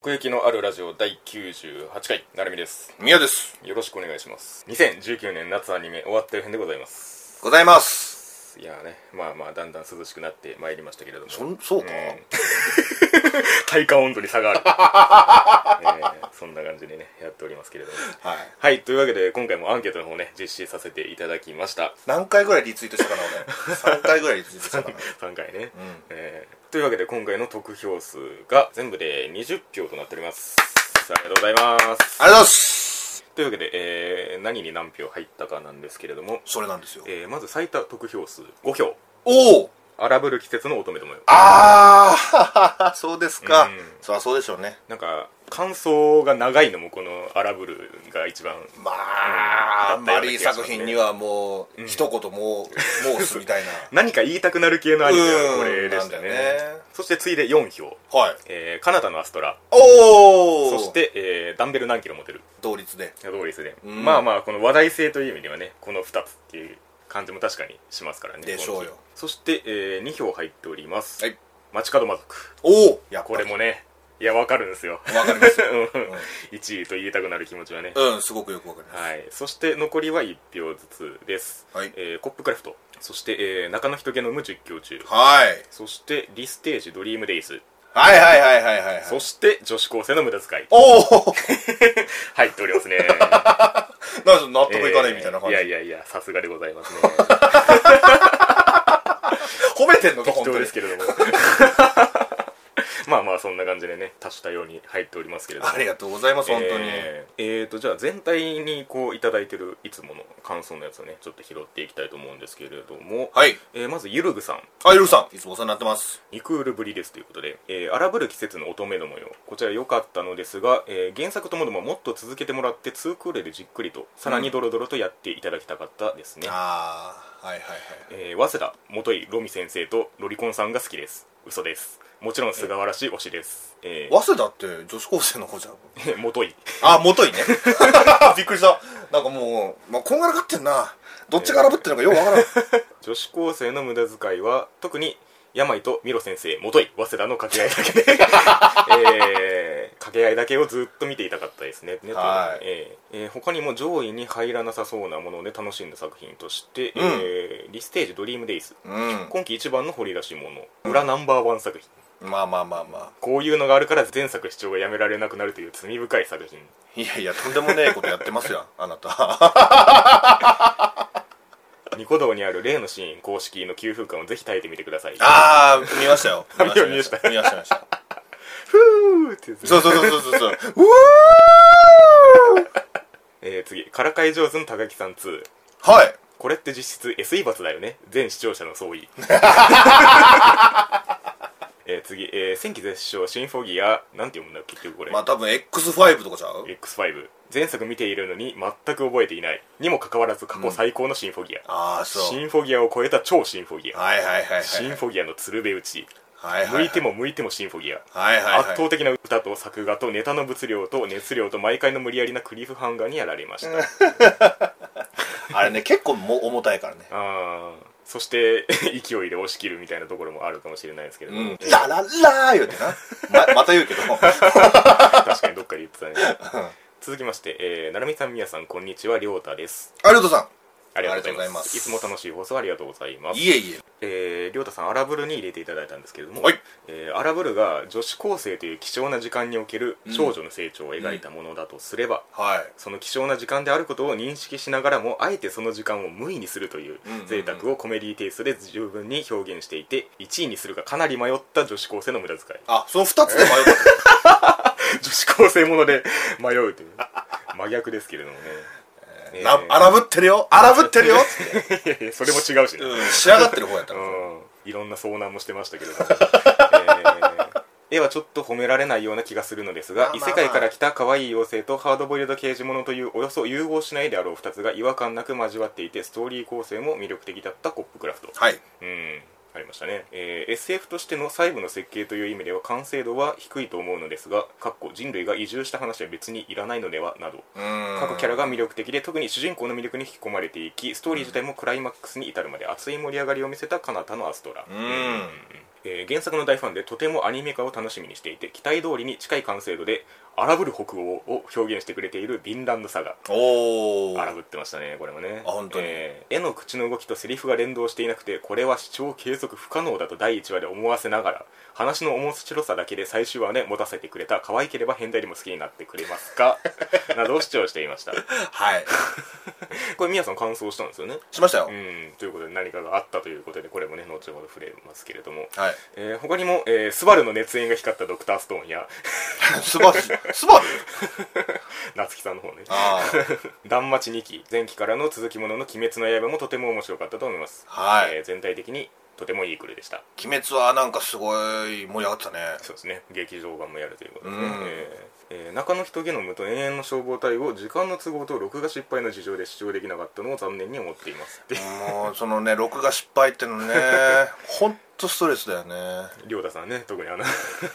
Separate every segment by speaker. Speaker 1: 奥行きのあるラジオ第98回、なるみです。
Speaker 2: 宮です。
Speaker 1: よろしくお願いします。2019年夏アニメ終わってる編でございます。
Speaker 2: ございます。
Speaker 1: いやーね、まあまあ、だんだん涼しくなってまいりましたけれども。
Speaker 2: そ、そうか、
Speaker 1: うん 体感温度に差があ る。ねえそんな感じでね、やっておりますけれども。
Speaker 2: はい。
Speaker 1: はい、というわけで、今回もアンケートの方ね、実施させていただきました。
Speaker 2: 何回ぐらいリツイートしたかな、俺。3回 ぐらいリツイートしたかな。
Speaker 1: 3回ね。
Speaker 2: うん。
Speaker 1: えーというわけで今回の得票数が全部で20票となっておりますありがとうございます
Speaker 2: ありがとうございます
Speaker 1: というわけで、えー何に何票入ったかなんですけれども、
Speaker 2: それなんですよ。
Speaker 1: えーまず最多得票数5票
Speaker 2: おお
Speaker 1: 荒ぶる季節の乙女どもよ
Speaker 2: ああ そうですか。
Speaker 1: うん
Speaker 2: そりゃそうでしょうね。
Speaker 1: なんか感想が長いのもこの荒ぶるが一番
Speaker 2: まあ、
Speaker 1: うんだっ
Speaker 2: マ
Speaker 1: たような
Speaker 2: リ
Speaker 1: 気
Speaker 2: ー
Speaker 1: がしますね
Speaker 2: 作品にはもう、一言もう、申すみたいな。
Speaker 1: 何か言いたくなる系のアニメがこれでした
Speaker 2: う
Speaker 1: ね
Speaker 2: んなんだよね
Speaker 1: そして次いで4票
Speaker 2: はい。
Speaker 1: えー、カナダのアストラ
Speaker 2: おお
Speaker 1: そし、て、えーダンベル何キロ持てる
Speaker 2: 同率で。
Speaker 1: いやどうですね、
Speaker 2: うん
Speaker 1: まあまあこの話題性という意味ではねこの2つっていう感じも確かにしますからね
Speaker 2: でしょう
Speaker 1: この
Speaker 2: よ
Speaker 1: 日そして、え2票入っております、
Speaker 2: はい
Speaker 1: 街角魔族
Speaker 2: おおいや、
Speaker 1: これ。もねいやわかるんですよ
Speaker 2: わかります。
Speaker 1: 1位と言いたくなる気持ちはね、
Speaker 2: うん、すごくよくわかります。
Speaker 1: はいそして残りは1票ずつです、
Speaker 2: はい
Speaker 1: えーコップクラフトそして、えー中野人気の無実況中
Speaker 2: はい。
Speaker 1: そしてリステージドリームデイズ
Speaker 2: はいはいはいはいはいはい。
Speaker 1: そして女子高生の無駄遣い
Speaker 2: おお
Speaker 1: 入っておりますね
Speaker 2: なんか納得いかないみたいな感じ。
Speaker 1: えーいやいやいやさすがでございますね
Speaker 2: 褒めてんのか、
Speaker 1: 適
Speaker 2: 本
Speaker 1: 当
Speaker 2: 当
Speaker 1: で
Speaker 2: に
Speaker 1: す。けれども まあまあそんな感じでね多種多様に入っておりますけれども
Speaker 2: ありがとうございます、本当に。
Speaker 1: えーえーとじゃあ全体にこういただいてるいつもの感想のやつをねちょっと拾っていきたいと思うんですけれども、
Speaker 2: はい。
Speaker 1: えーまずゆるぐさん
Speaker 2: アイルさん、いつもお世話になってます。
Speaker 1: 「ニクールぶりです」ということで「えー荒ぶる季節の乙女どもよ」こちら良かったのですが、えー原作ともどももっと続けてもらって2クールでじっくりとさらにドロドロとやっていただきたかったですね、
Speaker 2: ああ、はいはいはい。
Speaker 1: えー早稲田元井ロミ先生とロリコンさんが好きです嘘ですもちろん菅原氏推しです、え
Speaker 2: 早稲田って女子高生の子じゃん。
Speaker 1: ー、 元井
Speaker 2: あ、元いね。 びっくりした。なんかもう、まあ、こんがらがってんな。どっちが荒ぶってるのかよくわからん。
Speaker 1: 女子高生の無駄遣いは特に病とミロ先生元井早稲田の掛け合いだけで、えー掛け合いだけをずっと見ていたかったですねね
Speaker 2: はい
Speaker 1: えーえー他にも上位に入らなさそうなもので楽しんだ作品として「
Speaker 2: うん
Speaker 1: えーリステージドリームデイズ」
Speaker 2: うん。
Speaker 1: 今季一番の掘り出し物裏ナンバーワン作品
Speaker 2: まあまあまあま
Speaker 1: こういうのがあるから前作視聴がやめられなくなるという罪深い作品
Speaker 2: あ。いやいや、とんでもねえことやって ますよ、あなた。
Speaker 1: ニコ動にある例のシーン公式の給付感をぜひ耐えてみてください
Speaker 2: あー、見ましたよ。 見ました、
Speaker 1: 見ました
Speaker 2: 見ました。見ました。
Speaker 1: ふーってやつ
Speaker 2: そうそうそうそうそう。う
Speaker 1: えー次からかい上手の高木さん2
Speaker 2: ーはい。
Speaker 1: これって実質 SE 罰だよね全視聴者の総意 えー次、えー、戦記絶唱シンフォギアなんて読むんだ結局これ、
Speaker 2: まあ多分 X5 とかちゃう
Speaker 1: X5 前作見ているのに全く覚えていないにもかかわらず過去最高のシンフォギア、
Speaker 2: ああ、そ
Speaker 1: シ
Speaker 2: う。
Speaker 1: ンフォギアを超えた超シンフォギア、
Speaker 2: はいはいはいはい。
Speaker 1: シンフォギアの鶴瓶打ち、
Speaker 2: はいはいはい。
Speaker 1: 向いても向いてもシンフォギア、
Speaker 2: はいはいはい。
Speaker 1: 圧倒的な歌と作画とネタの物量と熱量と毎回の無理やりなクリフハンガーにやられました
Speaker 2: あれね、結構も重たいからね。
Speaker 1: あーそして 勢いで押し切るみたいなところもあるかもしれない ですけれども、えー
Speaker 2: ラララー言うてな。ま、また言うけど。
Speaker 1: 確かにどっかで言ってたね続きまして、えー、なるみさんみやさんこんにちはりょうたです
Speaker 2: ありがとうさ
Speaker 1: ありがとうございま
Speaker 2: ありがとうございます
Speaker 1: すいつも楽しい放送ありがとうございま
Speaker 2: ん。
Speaker 1: す
Speaker 2: いえいえ。
Speaker 1: えー、りょうたさんアラブルに入れていただいたんですけれども、
Speaker 2: はい
Speaker 1: えーアラブルが女子高生という貴重な時間における少女の成長を描いたものだとすれば、
Speaker 2: はい。
Speaker 1: その貴重な時間であることを認識しながらもあえてその時間を無意にするという
Speaker 2: うんうんうん
Speaker 1: 贅沢をコメディテイストで十分に表現していて1位にするかかなり迷った女子高生の無駄遣い
Speaker 2: あ、その二つで迷っ
Speaker 1: 女子高生もので迷うという真逆ですけれどもね、えー
Speaker 2: た。 な、荒ぶってるよ荒ぶってるよつって。
Speaker 1: いやいやそれも違うしね、
Speaker 2: うん。仕上がってる方やった
Speaker 1: う
Speaker 2: ら。
Speaker 1: ん、いろんな遭難もしてましたけ れども、えー絵はちょっと褒められないような気がするのですが、
Speaker 2: まあ
Speaker 1: 異
Speaker 2: まあまあ
Speaker 1: 世界から来た可愛い妖精とハードボイルド刑事物というおよそ融合しないであろう2つが違和感なく交わっていてストーリー構成も魅力的だったコップクラフト
Speaker 2: はい。
Speaker 1: うんありましたね、えー SF としての細部の設計という意味では完成度は低いと思うのですがかっこ人類が移住した話は別にいらないのではなど
Speaker 2: うん。
Speaker 1: 各キャラが魅力的で特に主人公の魅力に引き込まれていきストーリー自体もクライマックスに至るまで熱い盛り上がりを見せたかなたのアストラ
Speaker 2: うん。
Speaker 1: えー原作の大ファンでとてもアニメ化を楽しみにしていて期待通りに近い完成度で荒ぶる北欧を表現してくれているヴィンランドサガ
Speaker 2: おお
Speaker 1: 荒ぶってましたねこれもね
Speaker 2: あ本当に
Speaker 1: えー絵の口の動きとセリフが連動していなくてこれは視聴継続不可能だと第1話で思わせながら話の面白さだけで最終話で持たせてくれた可愛ければ変態でも好きになってくれます かなどを主張していました
Speaker 2: はい
Speaker 1: これみやさん感想したんですよね
Speaker 2: しましたよ、
Speaker 1: うんということで何かがあったということでこれもね後ほど触れますけれども、
Speaker 2: はい
Speaker 1: えー他にも、えースバルの熱演が光ったドクターストーンや
Speaker 2: スバルスバル
Speaker 1: 夏木さんの方ね
Speaker 2: あ
Speaker 1: 断末2期前期からの続きものの「鬼滅の刃」もとても面白かったと思います、
Speaker 2: あは
Speaker 1: え
Speaker 2: い
Speaker 1: ー全体的にとてもいいクルーでした
Speaker 2: 鬼滅はなんかすごい盛り上がってたね
Speaker 1: そうですね劇場版もやるということですね、
Speaker 2: うん
Speaker 1: えーえー中野人ゲノムと永遠の消防隊を時間の都合と録画失敗の事情で視聴できなかったのを残念に思っていますで
Speaker 2: もうそのね録画失敗ってのねほんとストレスだよね
Speaker 1: 亮太さんね特にあの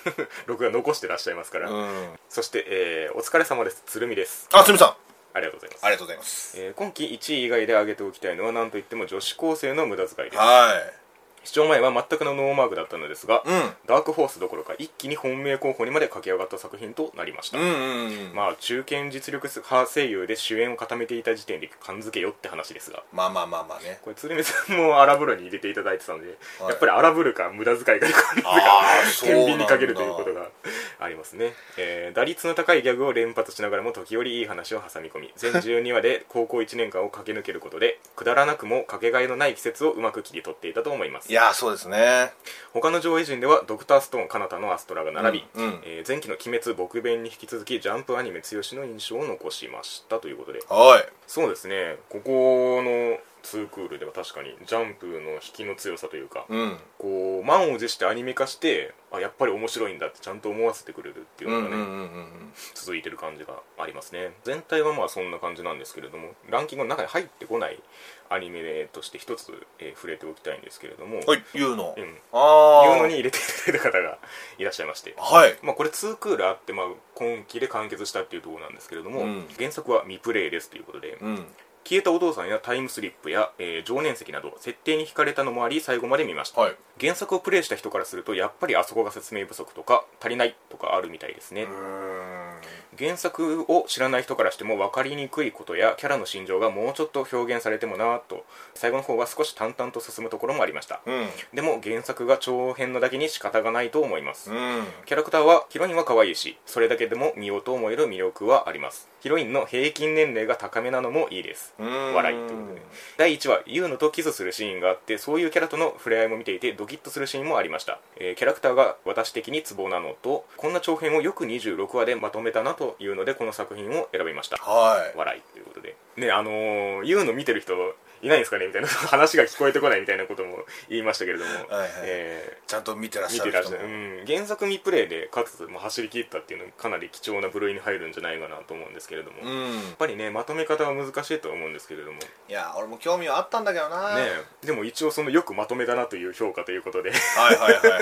Speaker 1: 録画残してらっしゃいますから、
Speaker 2: うん
Speaker 1: そして、えーお疲れ様です鶴見です
Speaker 2: あすみさん
Speaker 1: ありがとうございます
Speaker 2: ありがとうございます
Speaker 1: えー今期1位以外で挙げておきたいのは何といっても女子高生の無駄遣いです
Speaker 2: は
Speaker 1: 視聴前は全くのノーマークだったのですが、
Speaker 2: いうん
Speaker 1: ダークホースどころか一気に本命候補にまで駆け上がった作品となりました、
Speaker 2: うんうんうんま
Speaker 1: まあ中堅実力派声優で主演を固めていた時点で感づけよって話ですが
Speaker 2: あまあまあまあね
Speaker 1: これ鶴見さんも荒ぶるに入れていただいてたんで、
Speaker 2: はい
Speaker 1: やっぱり荒ぶるか無駄遣いかでこれ
Speaker 2: ああそう
Speaker 1: 天秤
Speaker 2: なんだ
Speaker 1: にかけるということがありますね、えー打率の高いギャグを連発しながらも時折いい話を挟み込み全12話で高校1年間を駆け抜けることでくだらなくもかけがえのない季節をうまく切り取っていたと思います
Speaker 2: いやーそうですね
Speaker 1: 他の上位陣では「ドクターストーン彼方のアストラ」が並び、
Speaker 2: うんうん
Speaker 1: えー前期の「鬼滅」「僕弁」に引き続きジャンプアニメ強しの印象を残しましたということで
Speaker 2: はい
Speaker 1: そうですねここの2クールでは確かにジャンプの引きの強さというか、
Speaker 2: うん
Speaker 1: こう満を持してアニメ化してあやっぱり面白いんだってちゃんと思わせてくれるっていう
Speaker 2: うん
Speaker 1: の
Speaker 2: う
Speaker 1: が
Speaker 2: ん
Speaker 1: ね、
Speaker 2: うんうん
Speaker 1: 続いてる感じがありますね全体はまあそんな感じなんですけれどもランキングの中に入ってこないアニメとして一つ、えー触れておきたいんですけれども、
Speaker 2: はい言うの
Speaker 1: うん
Speaker 2: ああ
Speaker 1: いうのに入れていただいた方がいらっしゃいまして
Speaker 2: はい
Speaker 1: まあ、これ2クールあって、まあ、今期で完結したっていうところなんですけれども、
Speaker 2: うん
Speaker 1: 原作は未プレイですということで、
Speaker 2: うん
Speaker 1: 消えたお父さんやタイムスリップや、えー常年石など設定に惹かれたのもあり最後まで見ました、
Speaker 2: はい
Speaker 1: 原作をプレイした人からするとやっぱりあそこが説明不足とか足りないとかあるみたいですね、
Speaker 2: ん
Speaker 1: 原作を知らない人からしても分かりにくいことやキャラの心情がもうちょっと表現されてもなぁと最後の方は少し淡々と進むところもありました、
Speaker 2: うん
Speaker 1: でも原作が長編のだけに仕方がないと思います、
Speaker 2: うん
Speaker 1: キャラクターはヒロインは可愛いしそれだけでも見ようと思える魅力はありますヒロインの平均年齢が高めなのもいいです
Speaker 2: うん
Speaker 1: 笑いということで第1話ユーノとキスするシーンがあってそういうキャラとの触れ合いも見ていてドキッとするシーンもありました、えーキャラクターが私的にツボなのとこんな長編をよく26話でまとめたなというのでこの作品を選びました
Speaker 2: はい
Speaker 1: 笑いということでねあのー、ユーノ見てる人いないんですかねみたいな話が聞こえてこないみたいなことも言いましたけれども、
Speaker 2: はい
Speaker 1: えー
Speaker 2: ちゃんと見てらっ
Speaker 1: 見
Speaker 2: しゃ
Speaker 1: て
Speaker 2: る
Speaker 1: らっ
Speaker 2: 人
Speaker 1: しゃ
Speaker 2: も
Speaker 1: る、うん、原作未プレイでかつもう走り切ったっていうのはかなり貴重な部類に入るんじゃないかなと思うんですけれども、
Speaker 2: う
Speaker 1: やっ
Speaker 2: ん
Speaker 1: ぱりねまとめ方は難しいとは思うんですけれどもね
Speaker 2: いや俺も興味はあったんだけどな
Speaker 1: えでも一応そのよくまとめたなという評価ということで
Speaker 2: はいはいはいはいはい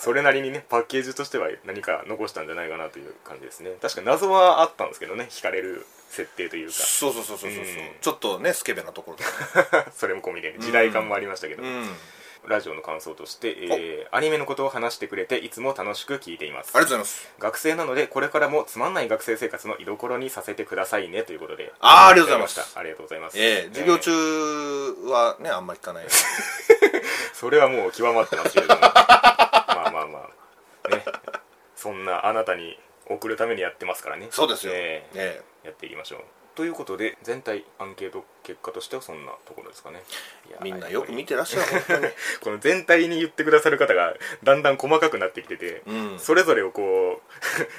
Speaker 1: それなりにねパッケージとしては何か残したんじゃないかなという感じですね確か謎はあったんですけどね惹かれる設定というか
Speaker 2: そうそうそうそうそう、
Speaker 1: う
Speaker 2: う
Speaker 1: ん
Speaker 2: ちょっとねスケベなところとか
Speaker 1: それも込みで時代感もありましたけど、
Speaker 2: うんあ
Speaker 1: ラジオの感想として、えーアニメのことを話してくれていつも楽しく聞いています
Speaker 2: りがとうございます
Speaker 1: 学生なのでこれからもつまんない学生生活の居所にさせてくださいねということで
Speaker 2: あー
Speaker 1: あ
Speaker 2: ありがとうございます
Speaker 1: ありがとうございます
Speaker 2: ええ授業中はねあんま聞かない
Speaker 1: えーそれはもう極まってますけれども まあまあまあねそんなあなたに送るためにやってますからね
Speaker 2: そうですよ
Speaker 1: え
Speaker 2: え
Speaker 1: え
Speaker 2: え
Speaker 1: やっていきましょうということで全体アンケート結果としてはそんなところですかねいやー
Speaker 2: みんなよく見
Speaker 1: やっぱ
Speaker 2: てらっしゃる本当に
Speaker 1: りこの全体に言ってくださる方がだんだん細かくなってきてて、
Speaker 2: うん
Speaker 1: それぞれをこ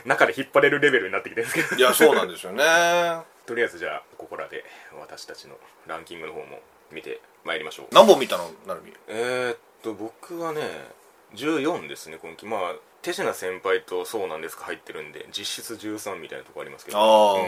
Speaker 1: う 中で引っ張れるレベルになってきてるんですけど
Speaker 2: い やそうなんですよね
Speaker 1: とりあえずじゃあここらで私たちのランキングの方も見てまいりましょう
Speaker 2: 何本見たのなるみ
Speaker 1: えー、っと僕はね14ですね今期まあ手品先輩とそうなんですか入ってるんで実質13みたいなとこありますけど
Speaker 2: あー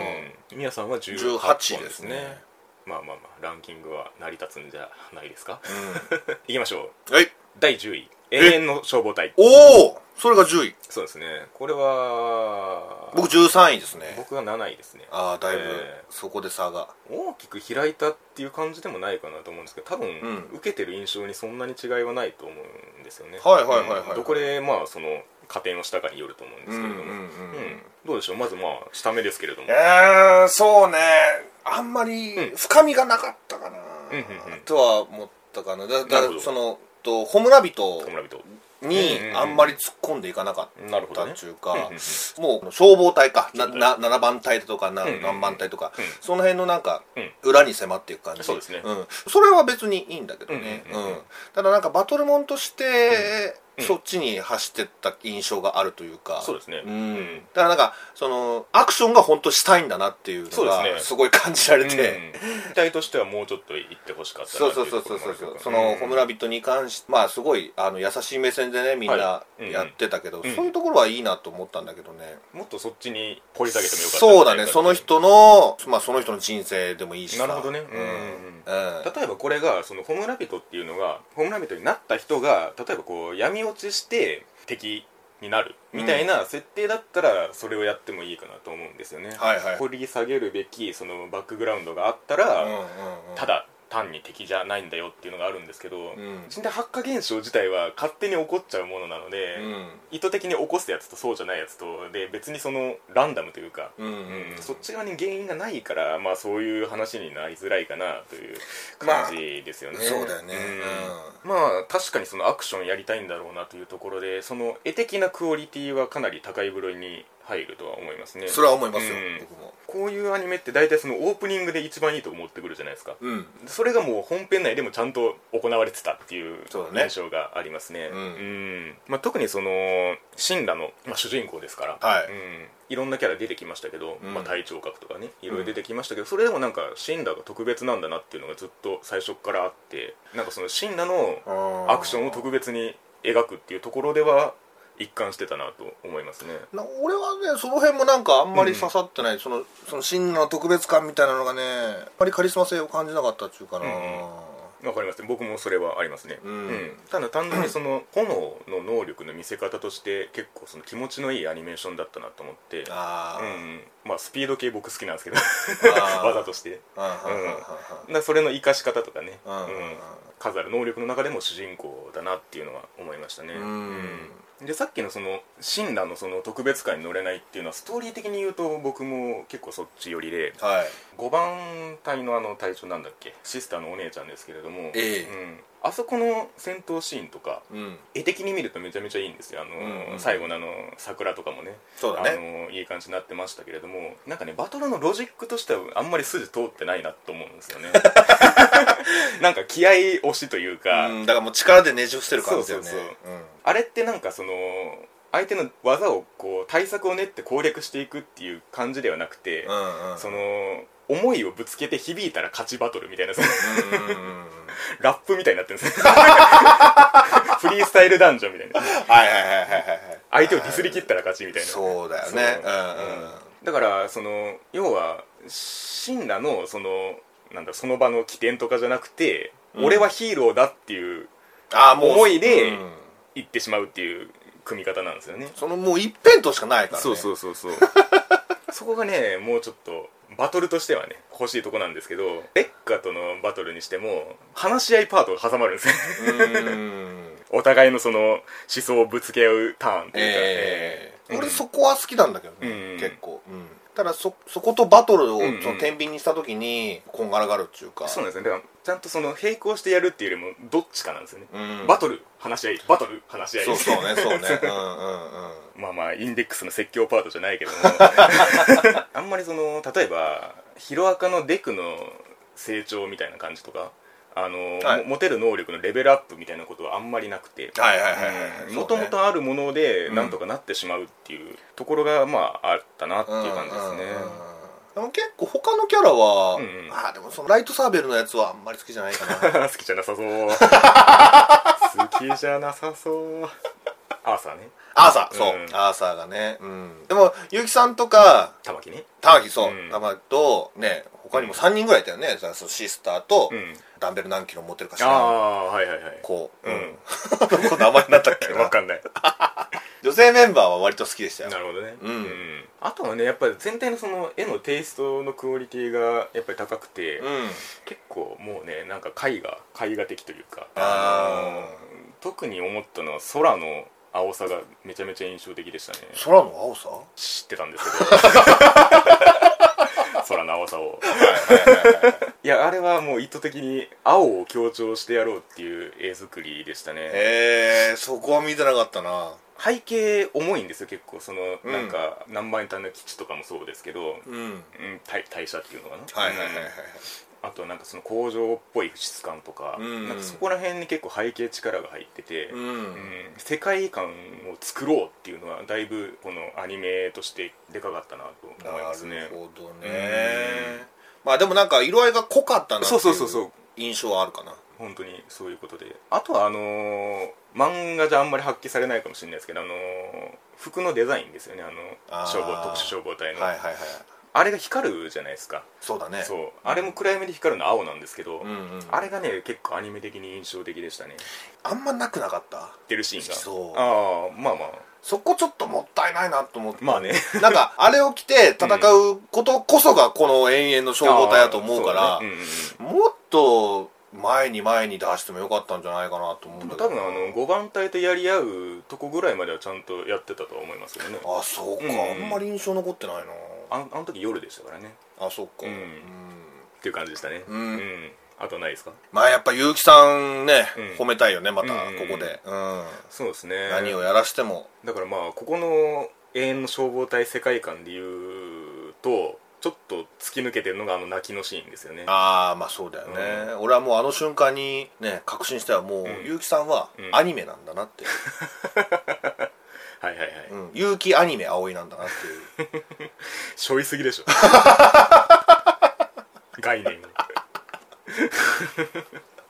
Speaker 1: うん宮さんは18
Speaker 2: 18
Speaker 1: 本
Speaker 2: ですね
Speaker 1: まあまあまあランキングは成り立つんじゃないですか
Speaker 2: う
Speaker 1: いきましょうん
Speaker 2: はい
Speaker 1: 第10位永遠の消防隊
Speaker 2: おおそれが10位
Speaker 1: そうですねこれは
Speaker 2: 僕13位ですね
Speaker 1: 僕が7位ですね
Speaker 2: ああだいぶ
Speaker 1: え
Speaker 2: そこで差が
Speaker 1: 大きく開いたっていう感じでもないかなと思うんですけど多分、
Speaker 2: うん
Speaker 1: 受けてる印象にそんなに違いはないと思うんですよね
Speaker 2: はいはいはいはい
Speaker 1: うんどこでまあその加点をしたかによると思うんですけれども、
Speaker 2: うんうんうんうん
Speaker 1: どうでしょうまずまあ下目ですけれども
Speaker 2: えー、そうねあんまり
Speaker 1: うん
Speaker 2: 深みがなかったかな、
Speaker 1: うんうんうん
Speaker 2: とは思ったかなだ
Speaker 1: な
Speaker 2: だ
Speaker 1: るほど
Speaker 2: そのとホムラビ
Speaker 1: 「
Speaker 2: ト
Speaker 1: 村人
Speaker 2: に
Speaker 1: うんうんうん
Speaker 2: あんまり突っ込んでいかなか
Speaker 1: なるほ
Speaker 2: っ
Speaker 1: ど
Speaker 2: た
Speaker 1: ね
Speaker 2: っていう
Speaker 1: うん
Speaker 2: か
Speaker 1: うんうん
Speaker 2: もう消防隊かな
Speaker 1: 消防
Speaker 2: な7番隊とかな
Speaker 1: うんうん
Speaker 2: 何番隊とか
Speaker 1: うん
Speaker 2: その辺のなんか
Speaker 1: うん
Speaker 2: 裏に迫っていく感じ
Speaker 1: そうですね
Speaker 2: んそれは別にいいんだけどね
Speaker 1: うんうんうんうん
Speaker 2: うんただなんかバトルモンとして
Speaker 1: うんうん
Speaker 2: そっちに走ってった印象があるというか
Speaker 1: そうですね
Speaker 2: うんだからなんかそのアクションが本当したいんだなっていう
Speaker 1: そ
Speaker 2: の
Speaker 1: うです
Speaker 2: が
Speaker 1: ね
Speaker 2: すごい感じられて、
Speaker 1: うん期待としてはもうちょっと行ってほしかったな
Speaker 2: そうそうそうそうそうそうその「ホムラ
Speaker 1: ビ
Speaker 2: ビット」に関してまあすごいあの優しい目線でねみんな
Speaker 1: はいうんうん
Speaker 2: やってたけど、
Speaker 1: うん
Speaker 2: そういうところはいいなと思ったんだけどね、
Speaker 1: もっとそっちに掘り下げてもよかった
Speaker 2: そうだねその人の、まあ、その人の人生でもいいしさ
Speaker 1: なるほどね
Speaker 2: うん
Speaker 1: うんうん
Speaker 2: うん
Speaker 1: 例えばこれがそのホムラビトっていうのがホムラビトになった人が例えばこう闇落ちして敵になるみたいな設定だったらそれをやってもいいかなと思うんですよね、
Speaker 2: はいはい
Speaker 1: 掘り下げるべきそのバックグラウンドがあったら、
Speaker 2: うんうんうん
Speaker 1: ただ単に敵じゃないんだよっていうのがあるんですけど、
Speaker 2: うん
Speaker 1: 人体発火現象自体は勝手に起こっちゃうものなので、
Speaker 2: うん
Speaker 1: 意図的に起こすやつとそうじゃないやつとで別にそのランダムというか、
Speaker 2: うんうんうん
Speaker 1: そっち側に原因がないから、まあ、そういう話になりづらいかなという感じですよね、
Speaker 2: そうだよね
Speaker 1: うんまあ確かにそのアクションやりたいんだろうなというところでその絵的なクオリティはかなり高い部類に入るとは思いますね
Speaker 2: それは思いますよ、
Speaker 1: うん
Speaker 2: 僕も
Speaker 1: こういうアニメって大体そのオープニングで一番いいと思ってくるじゃないですか
Speaker 2: うん
Speaker 1: それがもう本編内でもちゃんと行われてたっていう
Speaker 2: そうだね
Speaker 1: 印象がありますね
Speaker 2: うん
Speaker 1: んまあ、特にそのシンラの、まあ、主人公ですから、
Speaker 2: はい
Speaker 1: うん、いろんなキャラ出てきましたけど、
Speaker 2: うん
Speaker 1: まあ、体調格とかねいろいろ出てきましたけど、それでもなんかシンラが特別なんだなっていうのがずっと最初からあってなんかそのシンラのアクションを特別に描くっていうところでは一貫してたなと思いますね
Speaker 2: な俺はねその辺もなんかあんまり刺さってない、そのその真の特別感みたいなのがねあんまりカリスマ性を感じなかったっていうかな、
Speaker 1: うんわかります僕もそれはありますね、
Speaker 2: うん
Speaker 1: ただ単純にそ の炎の能力の見せ方として結構その気持ちのいいアニメーションだったなと思って
Speaker 2: あ
Speaker 1: う
Speaker 2: ー、
Speaker 1: ん、まあスピード系僕好きなんですけど
Speaker 2: あー
Speaker 1: 技として
Speaker 2: あー
Speaker 1: うん
Speaker 2: はんはんはんはん
Speaker 1: だそれの生かし方とかね、
Speaker 2: うん
Speaker 1: 数ある能力の中でも主人公だなっていうのは思いましたね、
Speaker 2: うん
Speaker 1: うんでさっきのその親鸞のその特別感に乗れないっていうのはストーリー的に言うと僕も結構そっち寄りで
Speaker 2: はい
Speaker 1: 5番隊のあの隊長なんだっけシスターのお姉ちゃんですけれども、
Speaker 2: ええ
Speaker 1: うん、あそこの戦闘シーンとか
Speaker 2: うん
Speaker 1: 絵的に見るとめちゃめちゃいいんですよあの、
Speaker 2: うんうん
Speaker 1: 最後のあの桜とかもね
Speaker 2: そうだね
Speaker 1: あのいい感じになってましたけれどもなんかねバトルのロジックとしてはあんまり筋通ってないなと思うん ですよねなんか気合押しというか、
Speaker 2: うん、だからもう力でねじ伏せる感じだよね
Speaker 1: そうそうあれってなんかその相手の技をこう対策を練って攻略していくっていう感じではなくて、
Speaker 2: うんうんうん
Speaker 1: その思いをぶつけて響いたら勝ちバトルみたいなその
Speaker 2: うんうんうんうん
Speaker 1: ラップみたいになってるんです よフリースタイルダンジョンみたいな
Speaker 2: はいはいはいはいはい
Speaker 1: 相手をディスり切ったら勝ちみたいな
Speaker 2: そうだよねうんうん
Speaker 1: だからその要は神羅のそのなんだその場の起点とかじゃなくて、
Speaker 2: うん
Speaker 1: 俺はヒーローだっていう
Speaker 2: あーもう
Speaker 1: 思いで
Speaker 2: うん
Speaker 1: 言ってしまうっていう組み方なんですよね
Speaker 2: そのもう一辺倒しかないからね
Speaker 1: そうそうそうそう そこがねもうちょっとバトルとしてはね欲しいとこなんですけどレッカとのバトルにしても話し合いパートが挟まるんですよ
Speaker 2: うん
Speaker 1: お互いのその思想をぶつけ合うターンっていうか、
Speaker 2: ええ
Speaker 1: うん
Speaker 2: 俺そこは好きなんだけどね、
Speaker 1: うん
Speaker 2: 結構、ただそそことバトルを
Speaker 1: うんうん
Speaker 2: その天秤にした時にこんがらがるっていうか
Speaker 1: そうなんですねだからちゃんとその並行してやるっていうよりもどっちかなんですよね、
Speaker 2: うん
Speaker 1: バトル話し合いバトル話し合い
Speaker 2: そうそうねそうねうんうんうん
Speaker 1: まあまあインデックスの説教パートじゃないけ どもあんまりその例えばヒロアカのデクの成長みたいな感じとかあの、
Speaker 2: はい
Speaker 1: も持てる能力のレベルアップみたいなことはあんまりなくて
Speaker 2: はいはいはいはいそうね
Speaker 1: もともとあるもので
Speaker 2: うん
Speaker 1: なんとかなってしまうっていうところがまああったなっていう感じですね、
Speaker 2: うんうんうんでも結構他のキャラは、
Speaker 1: うんうん
Speaker 2: ああでもそのライトサーベルのやつはあんまり好きじゃないかな
Speaker 1: 好きじゃなさ そう好きじゃなさそうアーサーね
Speaker 2: アーサーそう、
Speaker 1: うん
Speaker 2: アーサーがね、うん、でも結城さんとか
Speaker 1: 玉木ね
Speaker 2: 玉木そう、
Speaker 1: うん
Speaker 2: 玉木とね他にも3人ぐらいいたよね、そのシスターと、
Speaker 1: うん
Speaker 2: ダンベル何キロ持ってるか知
Speaker 1: あ
Speaker 2: らん
Speaker 1: あはいはいはい
Speaker 2: こう、
Speaker 1: うん
Speaker 2: この名前なんだっけ
Speaker 1: わ
Speaker 2: な
Speaker 1: かんない
Speaker 2: 女性メンバーは割と好きでしたよ
Speaker 1: なるほどね、
Speaker 2: うん
Speaker 1: あとはねやっぱり全体のその絵のテイストのクオリティがやっぱり高くて、
Speaker 2: うん
Speaker 1: 結構もうねなんか絵画絵画的というか
Speaker 2: あー
Speaker 1: うん特に思ったのは空の青さがめちゃめちゃ印象的でしたね
Speaker 2: 空の青さ
Speaker 1: 知ってたんですけど空の青さをいやあれはもう意図的に青を強調してやろうっていう絵作りでしたね
Speaker 2: えー、そこは見てなかったな
Speaker 1: 背景重いんですよ結構その
Speaker 2: うん
Speaker 1: なんか何万円単の基地とかもそうですけど、
Speaker 2: うん
Speaker 1: うん、代代謝っていうのかな
Speaker 2: はいはいはいはい
Speaker 1: うんあとなんかその工場っぽい質感とか,、
Speaker 2: うん
Speaker 1: なんかそこら辺に結構背景力が入ってて、
Speaker 2: う
Speaker 1: うん
Speaker 2: ん
Speaker 1: 世界観を作ろうっていうのはだいぶこのアニメとしてでかかったなと思い
Speaker 2: な
Speaker 1: ますね
Speaker 2: るほど
Speaker 1: う
Speaker 2: ねまあでもなんか色合いが濃かったなって
Speaker 1: そうそうそう
Speaker 2: い
Speaker 1: そう
Speaker 2: う印象はあるかな
Speaker 1: 本当にそういうことであとはあのー漫画じゃあんまり発揮されないかもしれないですけど、あのー服のデザインですよねあの
Speaker 2: あー
Speaker 1: 消防特殊消防隊の、
Speaker 2: はいはいはい
Speaker 1: あれが光るじゃないですか、
Speaker 2: そうだね
Speaker 1: そうあれも暗闇で光るの青なんですけど、
Speaker 2: うんうん
Speaker 1: あれがね結構アニメ的に印象的でしたね
Speaker 2: あんまなくなかった
Speaker 1: ってるシーンが
Speaker 2: そう
Speaker 1: ああまあまあ
Speaker 2: そこちょっともったいないなと思って
Speaker 1: まあね
Speaker 2: なんかあれを着て戦うことこそがこの永遠の 消防隊だと思うから
Speaker 1: あーそねうんうん
Speaker 2: もっと前に前に出してもよかったんじゃないかなと思うんだけ
Speaker 1: 多
Speaker 2: ど
Speaker 1: 分あの5番隊とやり合うとこぐらいまではちゃんとやってたとは思いますけどね
Speaker 2: あそうか、
Speaker 1: うん
Speaker 2: あんまり印象残ってないな
Speaker 1: あんあの時夜でしたからね
Speaker 2: あそっか
Speaker 1: うんっていう感じでしたね
Speaker 2: うん
Speaker 1: あとないですか
Speaker 2: まあやっぱ結城さんね、
Speaker 1: うん
Speaker 2: 褒めたいよねまた
Speaker 1: う
Speaker 2: こ
Speaker 1: んうんうん
Speaker 2: こで、うん
Speaker 1: そうですね
Speaker 2: 何をやらしても
Speaker 1: だからまあここの永遠の消防隊世界観でいうとちょっと突き抜けてるのがあの泣きのシーンですよね
Speaker 2: ああまあそうだよね、俺はもうあの瞬間にね確信したらもう
Speaker 1: うん
Speaker 2: 結城さんは
Speaker 1: うん
Speaker 2: アニメなんだなって、
Speaker 1: はいはいはい、
Speaker 2: うん結城アニメ葵なんだなっていう
Speaker 1: しょいすぎでしょ概念を
Speaker 2: っ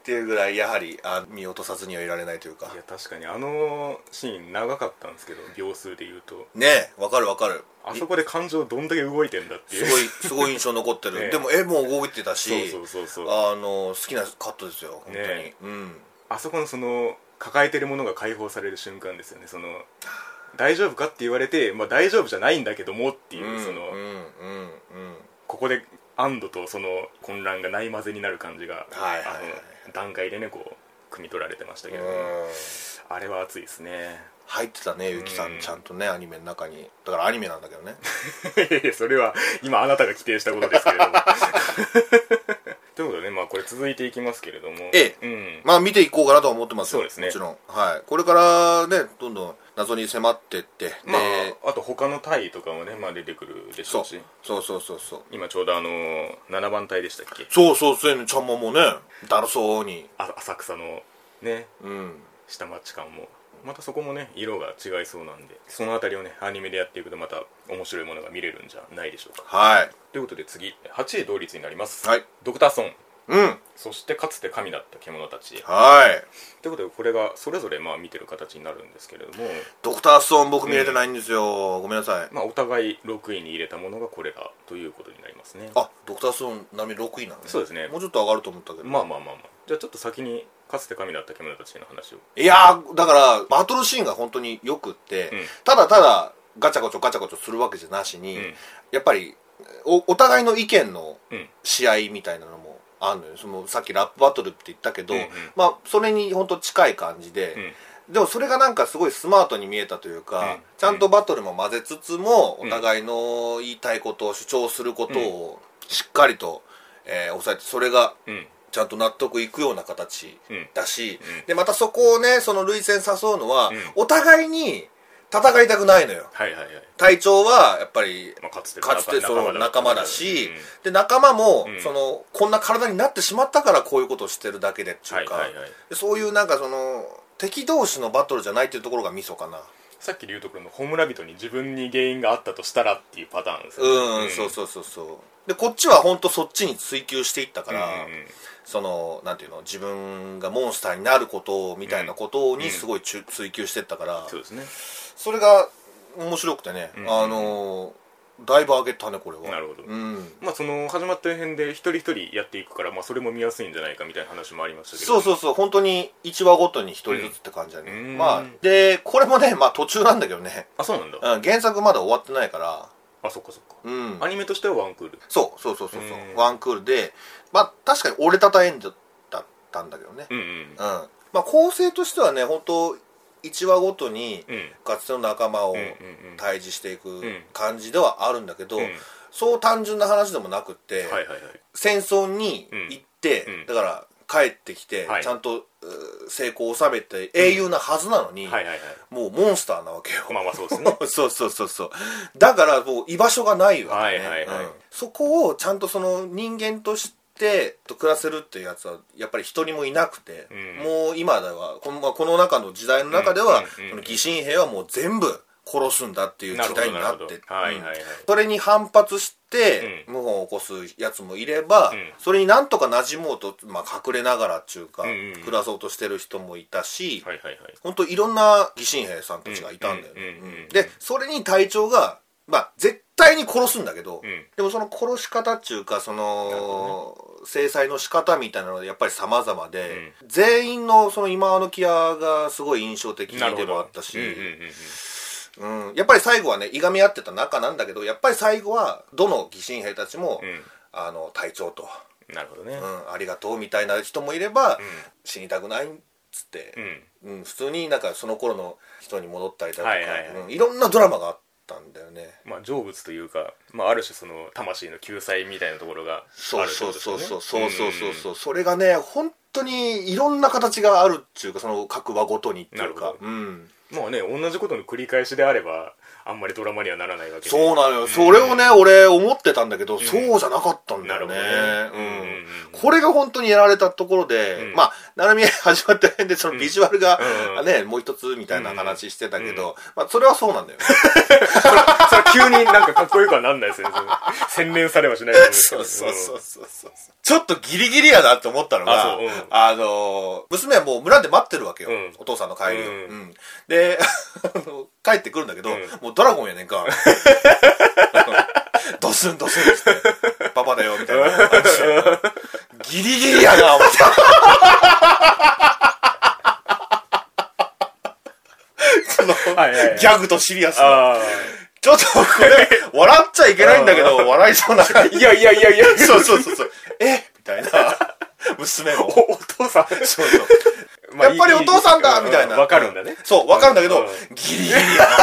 Speaker 2: ていうぐらいやはりあ見落とさずにはいられないというか
Speaker 1: いや確かにあのシーン長かったんですけど秒数で言うと
Speaker 2: ねえわかるわかる
Speaker 1: あそこで感情どんだけ動いてんだってい
Speaker 2: す
Speaker 1: う
Speaker 2: ごいすごい印象残ってる、
Speaker 1: ねえ
Speaker 2: でも絵も動いてたし
Speaker 1: そうそうそうそう
Speaker 2: あの好きなカットですよ本当に、
Speaker 1: ね
Speaker 2: うん
Speaker 1: あそこのその抱えてるものが解放される瞬間ですよねその大丈夫かって言われて、まあ、大丈夫じゃないんだけどもっていう、その
Speaker 2: うんうんうんうん
Speaker 1: ここで安堵とその混乱がない混ぜになる感じが、
Speaker 2: はいはいはい
Speaker 1: あの段階でねこう汲み取られてましたけど、
Speaker 2: うん
Speaker 1: あれは熱いですね
Speaker 2: 入ってたねゆきさ
Speaker 1: うん
Speaker 2: んちゃんとねアニメの中にだからアニメなんだけどね
Speaker 1: いやいやそれは今あなたが規定したことですけれど もということでねまあこれ続いていきますけれども
Speaker 2: え
Speaker 1: うん
Speaker 2: まあ見ていこうかなとは思ってますよ
Speaker 1: そうですね
Speaker 2: もちろん、はい、これからねどんどん謎に迫ってってで、
Speaker 1: まあ、あと他の隊とかもね、まあ、出てくるでしょ
Speaker 2: そう
Speaker 1: うし
Speaker 2: そうそうそうそう
Speaker 1: 今ちょうどあのー、7番隊でしたっけ
Speaker 2: そうそうそうねちゃんまもねだるそうに
Speaker 1: あ浅草のね
Speaker 2: うん
Speaker 1: 下町感もまたそこもね色が違いそうなんでその辺りをねアニメでやっていくとまた面白いものが見れるんじゃないでしょうか
Speaker 2: はい
Speaker 1: ということで次8位同率になります、
Speaker 2: はい
Speaker 1: ドクターソン
Speaker 2: うん
Speaker 1: そしてかつて神だった獣たち
Speaker 2: はい
Speaker 1: ということでこれがそれぞれまあ見てる形になるんですけれども
Speaker 2: ドクターストーン僕見れてないんですよ、ごめんなさい
Speaker 1: まあお互い6位に入れたものがこれらということになりますね
Speaker 2: あドクターストーン並み6位なのね
Speaker 1: そうですね
Speaker 2: もうちょっと上がると思ったけど、
Speaker 1: まあまあまあまあじゃあちょっと先にかつて神だった獣たちの話を
Speaker 2: いやーだからバトルシーンが本当によくって、
Speaker 1: うん
Speaker 2: ただただガチャガチャガチャガチャするわけじゃなしに、
Speaker 1: うん
Speaker 2: やっぱりおお互いの意見の
Speaker 1: うん
Speaker 2: 試合みたいなのもあるのよそのさっきラップバトルって言ったけど、
Speaker 1: うんうん
Speaker 2: まあ、それに本当近い感じで、でもそれがなんかすごいスマートに見えたというか、
Speaker 1: うん
Speaker 2: ちゃんとバトルも混ぜつつも、
Speaker 1: うん
Speaker 2: お互いの言いたいことを主張することをしっかりと、えー抑えてそれが
Speaker 1: うんうん
Speaker 2: ちゃんと納得いくような形
Speaker 1: うん
Speaker 2: だし、
Speaker 1: うん
Speaker 2: でまたそこをねその類戦誘うのは、
Speaker 1: うん
Speaker 2: お互いに戦いたくないのよ
Speaker 1: はいはいはい
Speaker 2: 隊長はやっぱり
Speaker 1: まあ、かつて
Speaker 2: かつてその仲間だし
Speaker 1: うん、
Speaker 2: で仲間も、
Speaker 1: うん
Speaker 2: そのこんな体になってしまったからこういうことをしてるだけでって
Speaker 1: は
Speaker 2: いう
Speaker 1: い
Speaker 2: か、
Speaker 1: はいはい
Speaker 2: でそういうなんかその敵同士のバトルじゃないっていうところがミソかな
Speaker 1: さっきで言うところのホームラビトに自分に原因があったとしたらっていうパターンです
Speaker 2: うん、そうそうそうそうでこっちは本当そっちに追求していった
Speaker 1: う
Speaker 2: か
Speaker 1: んうん
Speaker 2: ら、
Speaker 1: うん
Speaker 2: そのなんていうの自分がモンスターになることをみたいなことにすごいちゅ、追求していったから、
Speaker 1: そうですね
Speaker 2: それが面白くてね、
Speaker 1: ん
Speaker 2: あのーだいぶ上げたねこれは
Speaker 1: なるほど
Speaker 2: うん、
Speaker 1: まあその始まった辺で一人一人やっていくから、まあ、それも見やすいんじゃないかみたいな話もありましたけど
Speaker 2: そうそうそう本当に1話ごとに1人ずつって感じだね、
Speaker 1: うん
Speaker 2: まあでこれもねまあ途中なんだけどね、
Speaker 1: あそうなんだ
Speaker 2: うん、原作まだ終わってないから
Speaker 1: あそっかそっか
Speaker 2: うん
Speaker 1: アニメとしてはワンクール
Speaker 2: そうそうそうそうそう、
Speaker 1: うん
Speaker 2: ワンクールでまあ確かに折れたたエンドだったんだけどね
Speaker 1: うん
Speaker 2: うん、まあ構成としてはね本当1話ごとに
Speaker 1: うんうん
Speaker 2: かつての仲間を
Speaker 1: うんうんうん
Speaker 2: 対峙していく
Speaker 1: ん
Speaker 2: 感じではあるんだけど、
Speaker 1: うん
Speaker 2: そう単純な話でもなくっ
Speaker 1: は
Speaker 2: て、
Speaker 1: いはいはい
Speaker 2: 戦争に行って、
Speaker 1: うんうん
Speaker 2: だから帰ってきて、
Speaker 1: はい
Speaker 2: ちゃんとうー成功を収めて英雄なはずなのに、
Speaker 1: はいはいはい
Speaker 2: もうモンスターなわけよ、
Speaker 1: まあまあそうです ね
Speaker 2: そうそうそうそうだからもう居場所がないわけ、ね
Speaker 1: はいはいはい
Speaker 2: うんそこをちゃんとその人間として暮らせるっていうやつはやっぱり一人もいなくて、
Speaker 1: うん
Speaker 2: もう今ではこの,、まあ、この中の時代の中では、
Speaker 1: うんうんうん
Speaker 2: その疑心兵はもう全部殺すんだっていう
Speaker 1: なる
Speaker 2: 時
Speaker 1: ほど
Speaker 2: 代に
Speaker 1: な
Speaker 2: な
Speaker 1: る
Speaker 2: っ
Speaker 1: ほど
Speaker 2: て
Speaker 1: はいはいはい
Speaker 2: うんそれに反発して
Speaker 1: う
Speaker 2: 謀反を起こすやつもいれば、
Speaker 1: うん
Speaker 2: それになんとか馴染もうと、まあ、隠れながらっていうか、
Speaker 1: うんうんうん
Speaker 2: 暮らそうとしてる人もいたし、
Speaker 1: はいはいはい
Speaker 2: 本当いろんな疑心兵さんたちがいたんだよ
Speaker 1: う
Speaker 2: ね、
Speaker 1: んうんうんうん
Speaker 2: うんでそれに隊長が、まあ、絶対に殺すんだけど、
Speaker 1: うん
Speaker 2: でもその殺し方っていうかそ
Speaker 1: なる
Speaker 2: の、制裁の仕方みたいなのはやっぱり様々で、全員のその今のキアがすごい印象的
Speaker 1: なるほ
Speaker 2: で
Speaker 1: ど
Speaker 2: もあったし、
Speaker 1: うんうんうんうん
Speaker 2: うんやっぱり最後はねいがみ合ってた仲なんだけどやっぱり最後はどの疑心兵たちも、
Speaker 1: う
Speaker 2: あの隊長と、
Speaker 1: んなるほどね
Speaker 2: うんありがとうみたいな人もいれば、
Speaker 1: ん
Speaker 2: 死にたくないっつって。
Speaker 1: うん
Speaker 2: うん、普通になんかその頃の人に戻ったりだとか、
Speaker 1: はい
Speaker 2: い
Speaker 1: はいはい
Speaker 2: うん、いろんなドラマがあったんだよね
Speaker 1: まあ成仏というかまあある種その魂の救済みたいなところがある
Speaker 2: そうそうそうそうそうそうそう
Speaker 1: う
Speaker 2: そうそれがね本当にいろんな形があるっていうかその各話ごとにっていう
Speaker 1: なる
Speaker 2: か
Speaker 1: ほ、
Speaker 2: うん、
Speaker 1: まあね同じことの繰り返しであればあんまりドラマにはならないわけで
Speaker 2: そうなのよ、それをね俺思ってたんだけど、そうじゃなかったんだ
Speaker 1: なる
Speaker 2: よ
Speaker 1: ほど
Speaker 2: ね
Speaker 1: ね
Speaker 2: うん
Speaker 1: うんうん
Speaker 2: これが本当にやられたところで、
Speaker 1: うん
Speaker 2: まあ成宮始まった辺でそのビジュアルが、
Speaker 1: うんうん
Speaker 2: ねもう一つみたいな話してたけど、まあ、それはそうなんだよね
Speaker 1: それ急になんかかっこよくはなんないですよねそれ洗練されはしないと思うんですけ
Speaker 2: そう
Speaker 1: ど
Speaker 2: そうそうそうそう。ちょっとギリギリやなって思ったのが、
Speaker 1: あ
Speaker 2: あ,、
Speaker 1: そううん
Speaker 2: の、娘はもう村で待ってるわけよ。
Speaker 1: うん
Speaker 2: お父さんの帰り
Speaker 1: う
Speaker 2: を。
Speaker 1: ん
Speaker 2: うんで、 あの帰ってくるんだけど、
Speaker 1: うん
Speaker 2: もうドラゴンやね んか。ドスンドスンっつって、パパだよ、みたいな感じで。ギリギリやな、思って。その
Speaker 1: はいはいはい
Speaker 2: ギャグとシリアスな
Speaker 1: あ
Speaker 2: ちょっとこれ、笑っちゃいけないんだけど、笑いそうな。
Speaker 1: あいやいやいやい や
Speaker 2: そうそうそうそう。え みたいな。娘も。
Speaker 1: おお父さん
Speaker 2: そうそう。
Speaker 1: まあ
Speaker 2: やっぱりお父さんだ
Speaker 1: いい
Speaker 2: みたいな。
Speaker 1: うわかるんだね
Speaker 2: そう、わかるんだけ
Speaker 1: う
Speaker 2: ど
Speaker 1: ん、
Speaker 2: ギリギリや。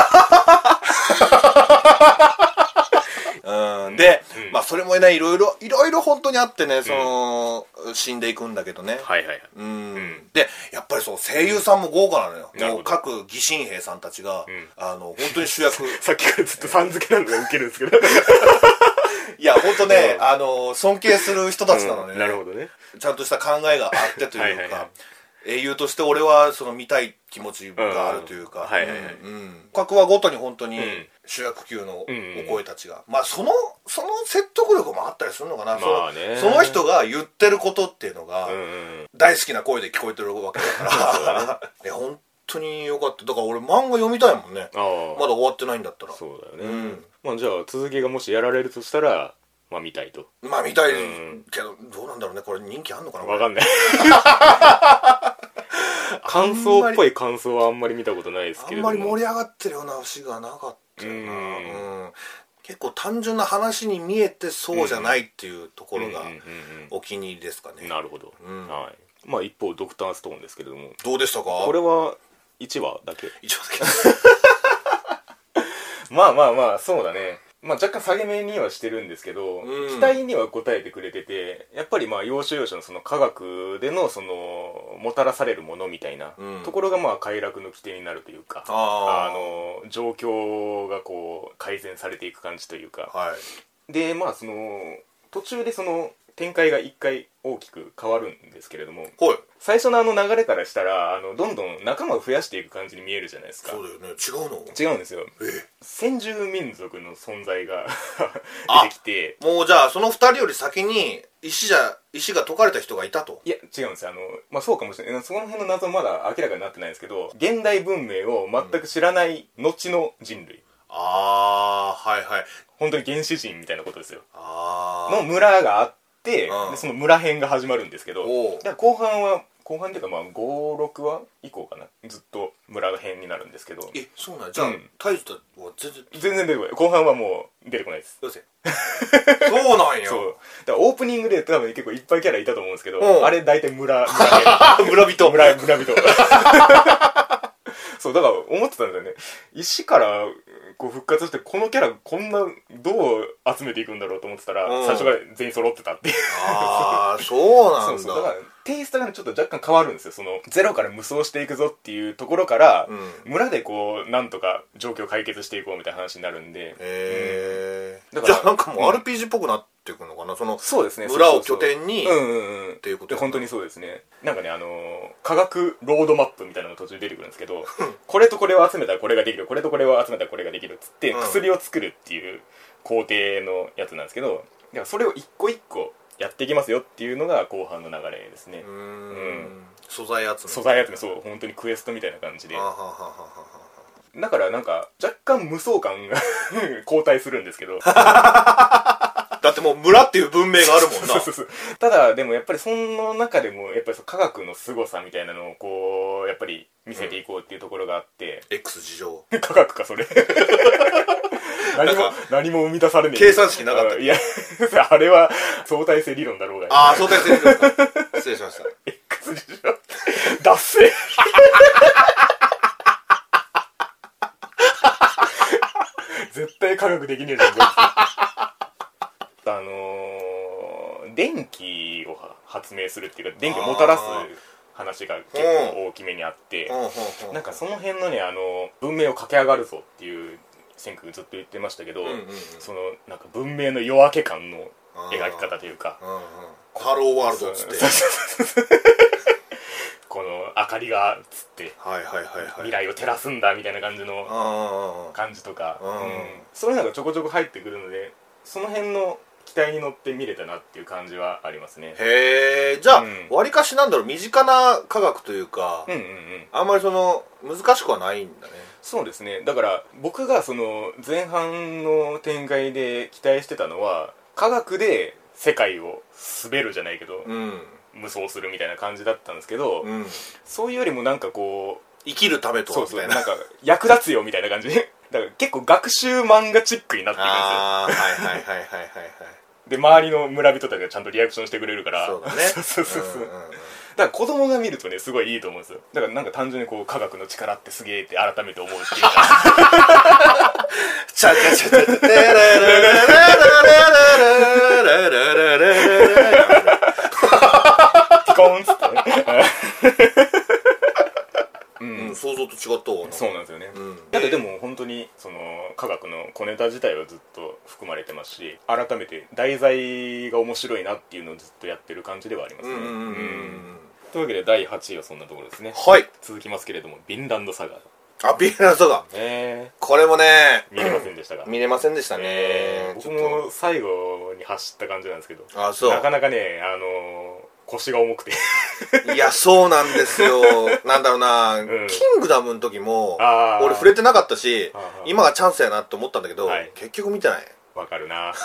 Speaker 2: うん、で、
Speaker 1: うん
Speaker 2: まあそれもねいろいろいろいろ本当にあってねその、死んでいくんだけどね、
Speaker 1: はいはいはい
Speaker 2: うん
Speaker 1: ん
Speaker 2: でやっぱりそう声優さんも豪華なのよ、
Speaker 1: なるほど
Speaker 2: もう各疑心兵さんたちが、
Speaker 1: ん
Speaker 2: あの本当に主役
Speaker 1: さっきからずっとさん付けなのがウケるんですけど
Speaker 2: いや本当ね、
Speaker 1: うん
Speaker 2: あの尊敬する人たちなのね、
Speaker 1: なるほどね
Speaker 2: ちゃんとした考えがあってというか
Speaker 1: はいはいはい
Speaker 2: 英雄として俺はその見たい気持ちがあるという
Speaker 1: うん
Speaker 2: か、
Speaker 1: はいはいはい
Speaker 2: うんうん各話ごとに本当に
Speaker 1: ん
Speaker 2: 主役級のお
Speaker 1: ん
Speaker 2: 声たちが、まあそのその説得力もあったりするのかな、
Speaker 1: まあね
Speaker 2: そのその人が言ってることっていうのが、
Speaker 1: うん
Speaker 2: 大好きな声で聞こえてるわけだからい や本当によかっただから俺漫画読みたいもんね
Speaker 1: ああ
Speaker 2: まだ終わってないんだったら
Speaker 1: そうだよね、
Speaker 2: うん
Speaker 1: まあじゃあ続きがもしやられるとしたらまあ見たいと
Speaker 2: まあ見たい
Speaker 1: うん
Speaker 2: けど、どうなんだろうねこれ人気あんのかな
Speaker 1: わ かんない感想っぽい感想はあんまり見たことないです
Speaker 2: あ
Speaker 1: け
Speaker 2: ん
Speaker 1: れども
Speaker 2: まり盛り上がってるような節がなかったよな、
Speaker 1: う
Speaker 2: うん結構単純な話に見えてそうじゃないっていうところが
Speaker 1: うんうんうんうん
Speaker 2: お気に入りですかね、
Speaker 1: なるほど、
Speaker 2: うん
Speaker 1: はいまあ一方ドクターストーンですけれども
Speaker 2: どうでしたか
Speaker 1: これは1話だけ
Speaker 2: 一応だ
Speaker 1: まあまあまあそうだねまあ若干下げ目にはしてるんですけど、
Speaker 2: うん
Speaker 1: 期待には応えてくれててやっぱりまあ要所要所のその科学でのそのもたらされるものみたいな
Speaker 2: うん
Speaker 1: ところがまあ快楽の起点になるというか、
Speaker 2: あー
Speaker 1: あの状況がこう改善されていく感じというか
Speaker 2: けはい
Speaker 1: でまあその途中でその展開が一回大きく変わるんですけれども
Speaker 2: ほい
Speaker 1: 最初のあの流れからしたらあのどんどん仲間を増やしていく感じに見えるじゃないですか
Speaker 2: そうだよね違うの
Speaker 1: 違うんですよ
Speaker 2: え
Speaker 1: 先住民族の存在が
Speaker 2: あ
Speaker 1: 出てきて
Speaker 2: えもうじゃあその二人より先に石じゃ石が解かれた人がいたと
Speaker 1: いや違うんですよあの、まあ、そうかもしれないそこの辺の謎まだ明らかになってないんですけど現代文明を全く知らない後の人類
Speaker 2: ああはいはい
Speaker 1: 本当に原始人みたいなことですよ
Speaker 2: あ
Speaker 1: の村があって、
Speaker 2: うん
Speaker 1: でその村編が始まるんですけど
Speaker 2: おう
Speaker 1: だから後半は後半っていうかまあ56話以降かなずっと村編になるんですけど
Speaker 2: えそうなんじゃあ、
Speaker 1: うん
Speaker 2: 大したは全然
Speaker 1: 全然出てこない後半はもう出てこないです
Speaker 2: よせそうなんや
Speaker 1: そうだからオープニングで多分結構いっぱいキャラいたと思うんですけど、
Speaker 2: うん
Speaker 1: あれ大体村村
Speaker 2: あ村 人
Speaker 1: 人村村人そうだから思ってたんですよね石からこう復活してこのキャラこんなどう集めていくんだろうと思ってたら、
Speaker 2: うん
Speaker 1: 最初から全員揃ってたっていう
Speaker 2: ああそうな
Speaker 1: そ
Speaker 2: んだ
Speaker 1: うそうだからテイストがねちょっと若干変わるんですよそのゼロから無双していくぞっていうところから、
Speaker 2: うん
Speaker 1: 村でこうなんとか状況を解決していこうみたいな話になるんで、
Speaker 2: へえ
Speaker 1: うんだか
Speaker 2: じ
Speaker 1: ら
Speaker 2: ゃあなんかもううん RPG っぽくなってくのかなその
Speaker 1: そうですね
Speaker 2: 村を
Speaker 1: そ
Speaker 2: 拠
Speaker 1: うそうそう
Speaker 2: 点に
Speaker 1: うんうんうん
Speaker 2: ていうこと
Speaker 1: で本当にそうですねなんかねあのー科学ロードマップみたいなのが途中出てくるんですけど これとこれを集めたらこれができるこれとこれを集めたらこれができるっつって、
Speaker 2: うん
Speaker 1: 薬を作るっていう工程のやつなんですけどだからそれを一個一個やっていきますよっていうのが後半の流れですね、
Speaker 2: うー
Speaker 1: うん
Speaker 2: 素材集め
Speaker 1: 素材集めそう本当にクエストみたいな感じで
Speaker 2: あははははは
Speaker 1: だからなんか若干無双感が 後退するんですけど
Speaker 2: だってもう村っていう文明があるもんな
Speaker 1: そうそうそうただでもやっぱりその中でもやっぱりその科学の凄さみたいなのをこうやっぱり見せていこうっていうところがあって、
Speaker 2: X 事情
Speaker 1: 科学かそ れ何も
Speaker 2: なんか
Speaker 1: 何も生み出されねえ
Speaker 2: 計算式なかったっけ
Speaker 1: あいや あれは相対性理論だろうが
Speaker 2: ああ相対性理論か失礼しました
Speaker 1: X 事情脱線絶対科学できねえじゃんこいつあのー、電気を発明するっていうか電気をもたらす話が結構大きめにあって
Speaker 2: うんうんうん
Speaker 1: なんかその辺のねあの文明を駆け上がるぞっていう先駆ずっと言ってましたけど、
Speaker 2: うんうんうん
Speaker 1: そのなんか文明の夜明け感の描き方というか
Speaker 2: うんうんハローワールドっつって
Speaker 1: そうそうそうそう この明かりがつって
Speaker 2: はいはいはいはい
Speaker 1: 未来を照らすんだみたいな感じの
Speaker 2: あ
Speaker 1: 感じとか、
Speaker 2: うん
Speaker 1: そういうのがちょこちょこ入ってくるのでその辺の期待に乗って見れたなっていう感じはありますね
Speaker 2: あへえじゃあ
Speaker 1: うん
Speaker 2: わりかしなんだろう身近な科学というか
Speaker 1: うんうんうん
Speaker 2: あんまりその難しくはないんだね
Speaker 1: そうですねだから僕がその前半の展開で期待してたのは科学で世界を滑るじゃないけど、
Speaker 2: うん
Speaker 1: 無双するみたいな感じだったんですけど、
Speaker 2: うん
Speaker 1: そういうよりもなんかこう
Speaker 2: 生きるためと
Speaker 1: そ
Speaker 2: は
Speaker 1: う
Speaker 2: み
Speaker 1: そう
Speaker 2: たい
Speaker 1: な
Speaker 2: なん
Speaker 1: か役立つよみたいな感じ でだから結構学習漫画チックになっていくんですよ
Speaker 2: ああはいはいはいはいはい
Speaker 1: で周りの村人たちがちゃんとリアクションしてくれるから
Speaker 2: はいそうだね
Speaker 1: そうそうそうそう、だ
Speaker 2: んん
Speaker 1: か
Speaker 2: ん
Speaker 1: ら子供が見るとねすごいいいと思うんですよだからなんか単純にこう科学の力ってすげえって改めて思うっていうか
Speaker 2: チャチャチャチャチャテレレレレレレレレレレレレ
Speaker 1: ピコーンっつってねうん
Speaker 2: うん想像と違ったわな
Speaker 1: そうなんですよね、
Speaker 2: うん
Speaker 1: だってでも本当にその科学の小ネタ自体はずっと含まれてますし改めて題材が面白いなっていうのをずっとやってる感じではあります
Speaker 2: う
Speaker 1: ね
Speaker 2: んうんうんう
Speaker 1: うん
Speaker 2: ん
Speaker 1: というわけで第8位はそんなところですね
Speaker 2: はい
Speaker 1: 続きますけれどもビンランドサガね
Speaker 2: あビーナスとか
Speaker 1: え
Speaker 2: これもね
Speaker 1: 見れませんでしたが
Speaker 2: 見れませんでした
Speaker 1: え
Speaker 2: ね
Speaker 1: ー僕も最後に走った感じなんですけど
Speaker 2: あそう
Speaker 1: なかなかねあのー腰が重 くて
Speaker 2: いやそうなんですよなんだろうな、キングダムの時も
Speaker 1: あー
Speaker 2: 俺触れてなかったし
Speaker 1: あー
Speaker 2: 今がチャンスやなって思ったんだけど、
Speaker 1: はい
Speaker 2: 結局見てない
Speaker 1: わかるな